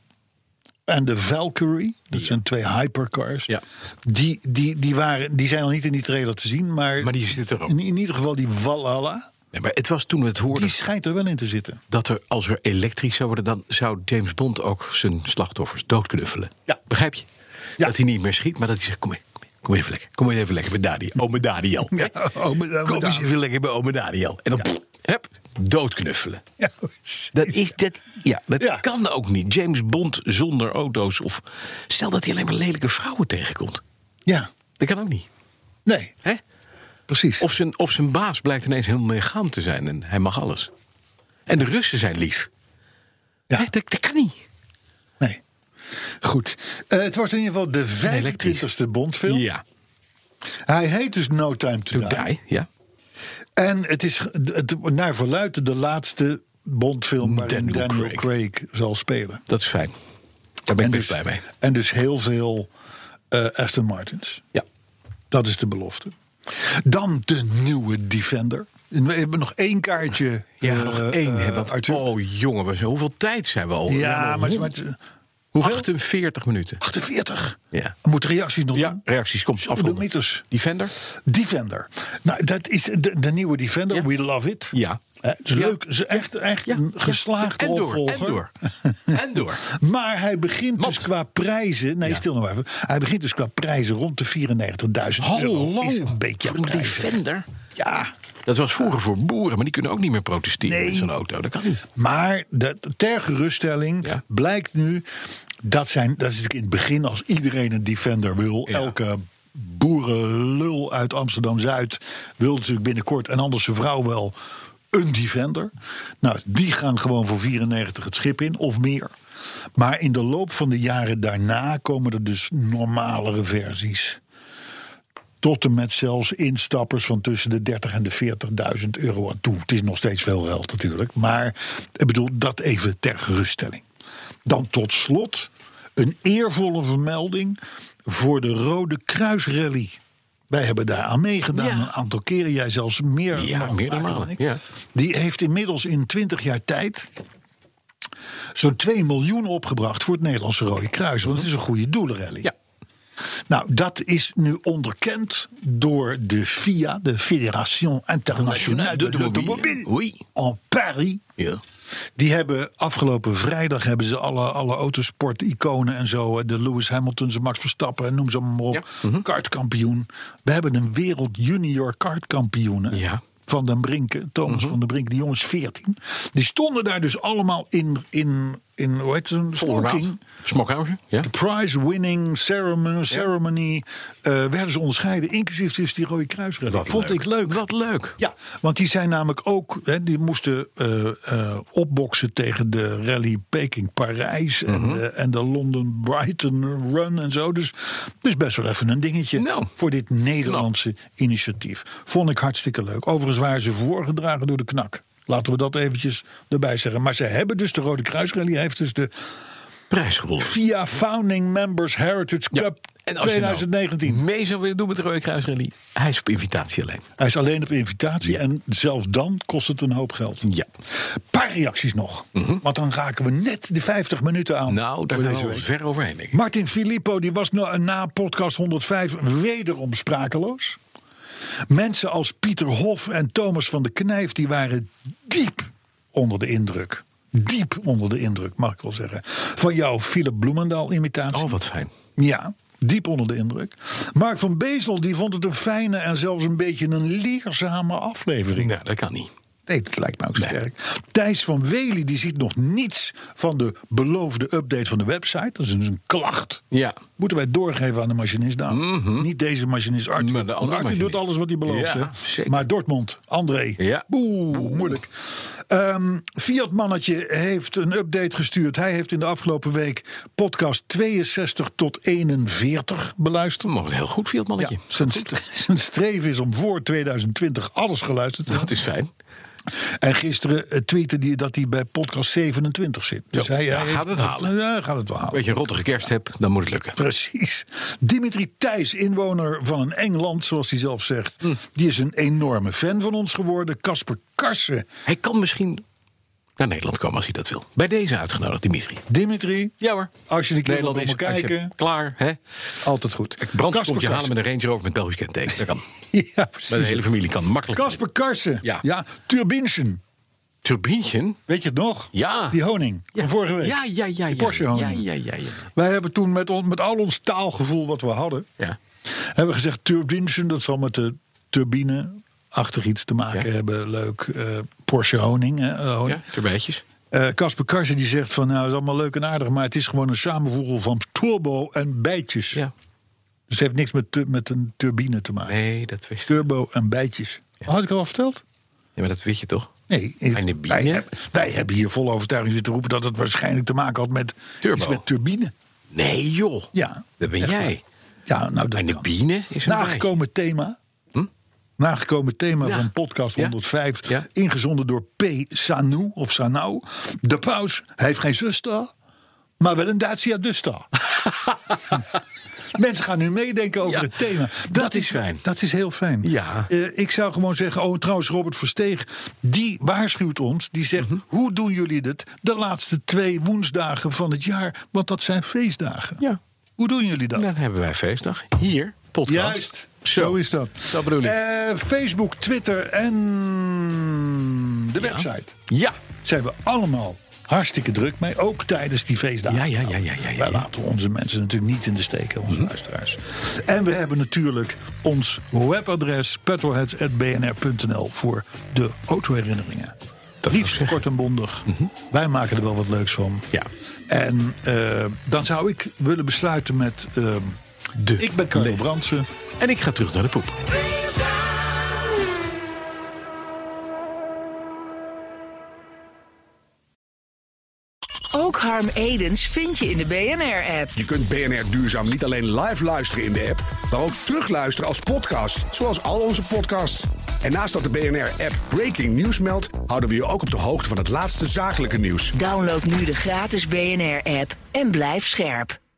en de Valkyrie, dat zijn twee hypercars.
Ja.
Die, die, die, waren, die zijn nog niet in die trailer te zien, maar,
Maar die zit er ook.
in, in ieder geval die Valhalla,
Nee, maar het was toen we het hoorden
die schijnt er wel in te
*laughs*
zitten.
dat er, als er elektrisch zou worden... dan zou James Bond ook zijn slachtoffers doodknuffelen.
Ja.
Begrijp je?
Ja.
Dat hij niet meer schiet, maar dat hij zegt... kom, hier, kom hier, kom even lekker, kom even lekker met Daniel. Ome Daniel.
Ja, ome- ome
kom eens
Daniel.
even lekker bij ome Daniel. En dan pff, hup, doodknuffelen.
Ja,
Dat, is, dat, ja, dat
Ja.
kan ook niet. James Bond zonder auto's. Of stel dat hij alleen maar lelijke vrouwen tegenkomt.
ja.
Dat kan ook niet.
nee,
Hè?
precies.
Of, zijn, of zijn baas blijkt ineens heel meegaam te zijn en hij mag alles. En de Russen zijn lief.
Ja.
Hè, dat, dat kan niet.
nee. Goed. Eh, het wordt in ieder geval de 25e Bondfilm.
Ja.
Hij heet dus No Time to,
To die, ja.
En het is ge- het, naar verluidt de laatste Bondfilm waarin
Daniel
Daniel, Craig. zal spelen.
Dat is fijn. Daar ben ik best
dus,
blij mee.
en dus heel veel eh, Aston Martins.
Ja.
Dat is de belofte. Dan de nieuwe Defender. En We hebben nog één kaartje.
Ja,
eh,
nog één.
eh,
hè, want-
Arthur.
oh jongen, we- hoeveel tijd zijn we al?
ja, maar, maar het- hoeveel?
48 minuten.
48.
Ja.
Moet reacties nog
Ja,
doen?
reacties. Komt
Zo, de
afronden.
meters.
Defender?
Defender. Nou, dat is de, de nieuwe Defender.
Ja.
We love it.
Ja.
Hè, het is leuk. Ze echt, echt een geslaagde
En door,
opvolger.
En door.
*laughs*
en door.
Maar hij begint dus
Mat.
qua prijzen. Nee,
Ja.
stil nog even. Hij begint dus qua prijzen rond de 94.000 euro. Is een beetje
voor een
prijzig.
Defender.
Ja,
Dat was vroeger voor boeren, maar die kunnen ook niet meer protesteren
Nee.
met zo'n auto. Dat kan niet.
maar de, ter geruststelling
Ja.
blijkt nu. Dat, zijn, dat is natuurlijk in het begin, als iedereen een Defender wil.
Ja.
Elke boerenlul uit Amsterdam Zuid wil natuurlijk binnenkort. En anders zijn vrouw wel een Defender. Nou, die gaan gewoon voor 94 het schip in of meer. Maar in de loop van de jaren daarna komen er dus normalere versies. Tot en met zelfs instappers van tussen de 30 en de 40.000 euro aan toe. Het is nog steeds veel geld natuurlijk. Maar ik bedoel, dat even ter geruststelling. Dan tot slot een eervolle vermelding voor de Rode Kruisrally. Wij hebben daar aan meegedaan
Ja.
een aantal keren. Jij zelfs meer
Ja,
nog
meerdere
vaker dan
malen,
ik.
ja.
Die heeft inmiddels in 20 jaar tijd zo'n 2 miljoen opgebracht voor het Nederlandse Rode Kruis. Want het is een goede doelenrally.
Ja.
Nou, dat is nu onderkend door de FIA, de Fédération Internationale de l'Automobile,
Oei.
en Paris.
Ja.
Die hebben afgelopen vrijdag hebben ze alle, alle autosport-iconen en zo. eh, De Lewis Hamiltons, Max Verstappen, en noem ze allemaal maar op.
Mhm.
Kartkampioen. We hebben een wereld junior kartkampioen. hè?
Ja. Mhm.
Van den Brinken, Thomas van den Brink, die jongens 14. Die stonden daar dus allemaal in, in, in hoe heet het? Smoking.
Smokhausen, ja.
De prize winning ceremony, ceremony eh, werden ze onderscheiden. Inclusief dus die Rode Kruisredding. Vond ik leuk.
Wat leuk.
Ja, want die zijn namelijk ook, hè, die moesten eh, eh, opboksen tegen de rally Peking-Parijs en,
Mhm.
de, en de London-Brighton Run en zo. Dus, dus best wel even een dingetje
Nou,
voor dit Nederlandse initiatief. Vond ik hartstikke leuk. Overigens waren ze voorgedragen door de knak. Laten we dat eventjes erbij zeggen. Maar ze hebben dus, de Rode Kruisrally heeft dus de
Prijs gewonnen.
via Founding Members Heritage Club
En als je nou
2019.
mee zou willen doen met de Rode Kruisrally, hij is op invitatie alleen.
Hij is alleen op invitatie en zelfs dan kost het een hoop geld.
Ja. Mhm.
Een paar reacties nog, want dan raken we net de 50 minuten aan.
Nou, daar
voor
gaan
deze
we
week.
ver overheen, denk ik.
Martin Filippo die was na, na podcast 105 wederom sprakeloos. Mensen als Pieter Hof en Thomas van de Knijf die waren diep onder de indruk. Diep onder de indruk, mag ik wel zeggen. Van jouw Philip Bloemendaal-imitatie.
Oh, wat fijn.
Ja, diep onder de indruk. Mark van Bezel die vond het een fijne en zelfs een beetje een leerzame aflevering.
Nou, dat kan niet.
Nee, dat lijkt me ook
Nee.
sterk. Thijs van Wely die ziet nog niets van de beloofde update van de website. Dat is dus een klacht.
Ja.
Moeten wij doorgeven aan de machinist daar? Niet deze machinist Arthur.
Mhm. Maar de andere
Want Arthur
machinist.
doet alles wat hij belooft.
Ja,
hè?
zeker.
Maar Dortmund, André.
Ja.
Boe, moeilijk. Ehm Fiat mannetje heeft een update gestuurd. Hij heeft in de afgelopen week podcast 62 tot 41 beluisterd.
Toen mogen we het heel goed, Fieldmannetje.
Ja, zijn, st- *laughs* zijn streven is om voor 2020 alles geluisterd te hebben.
Dat is fijn.
En gisteren eh, tweette hij dat hij bij podcast 27 zit. Dus
Zo,
hij,
ja,
hij
gaat het halen.
Ja, hij gaat het wel halen.
Weet je, een rottige kerst hebt, dan moet het lukken.
Precies. Dimitri Thijs, inwoner van een Engeland, zoals hij zelf zegt.
Hm.
Die is een enorme fan van ons geworden. Casper Karsen.
Hij kan misschien naar Nederland komen als hij dat wil. Bij deze uitgenodigd, Dimitri.
Dimitri,
Ja hoor.
als je een keer
Nederland
wil
is
komen kijken,
als je- klaar. Hè?
altijd goed.
Brands
Casper
komt je halen
Karsen.
met een Range Rover met Belgisch kenteken. *laughs* Dat kan.
*laughs* Ja,
Bij de
precies.
hele familie kan makkelijk.
Casper Karsen.
Ja.
ja. Turbinchen.
Turbientje?
Weet je het nog?
Ja.
Die honing van vorige week.
Ja, ja, ja.
Die
ja,
Porsche
ja, ja,
honing.
ja, ja, ja.
Wij hebben toen met, on- met al ons taalgevoel wat we hadden...
Ja.
hebben we gezegd turbinchen, dat zal met de turbine-achtig iets te maken
Ja.
hebben. Leuk. eh, Porsche honing. hè, eh, honing.
ja turbijtjes.
Eh, Casper Karsen die zegt van nou, het is allemaal leuk en aardig, maar het is gewoon een samenvoegel van turbo en bijtjes.
Ja.
Dus het heeft niks met, tu- met een turbine te maken.
Nee, dat wist je.
Turbo en bijtjes. Had ik al verteld?
Ja, maar dat weet je toch?
Nee,
En de
wij,
bienen?
hebben, wij hebben hier vol overtuiging zitten roepen dat het waarschijnlijk te maken had met,
Turbo.
iets met turbine.
Nee, joh.
Ja,
Dat ben
echt
jij.
Ja, nou, dat
En de
kan.
bienen is een bijtje.
Nagekomen thema. Nagekomen thema
Ja.
van podcast
Ja.
105.
Ja.
Ingezonden door P. Sanou of Sanau. De paus hij heeft geen zuster, maar wel een Dacia
*laughs*
Duster. Mensen gaan nu meedenken over
Ja,
het thema.
dat is fijn.
Dat is heel fijn.
Ja.
Eh, ik zou gewoon zeggen, oh trouwens Robert Versteeg, die waarschuwt ons. Die zegt,
Mhm.
hoe doen jullie dit de laatste twee woensdagen van het jaar? Want dat zijn feestdagen.
Ja. Nou,
Hoe doen jullie dat?
Dan hebben wij feestdag. Hier, podcast.
Juist, zo, is dat.
Dat bedoel ik.
Eh, Facebook, Twitter en de website
Ja.
zijn we allemaal hartstikke druk mee. Ook tijdens die feestdagen.
Ja, ja, ja, ja, ja, Mhm. ja.
Wij laten onze mensen natuurlijk niet in de steek, hè, onze luisteraars. En we hebben natuurlijk ons webadres petrolheads.bnr.nl voor de autoherinneringen.
wil
Liefst
zeggen. Mhm.
kort en bondig. Wij maken er wel wat leuks van.
Ja.
En eh, dan zou ik willen besluiten met... eh,
De
ik ben Carlo
le-
Brandsen.
En ik ga terug naar de poep.
Ook Harm Edens vind je in de BNR-app.
Je kunt BNR Duurzaam niet alleen live luisteren in de app, maar ook terugluisteren als podcast, zoals al onze podcasts. En naast dat de BNR-app Breaking News meldt, houden we je ook op de hoogte van het laatste zakelijke nieuws.
Download nu de gratis BNR-app en blijf scherp.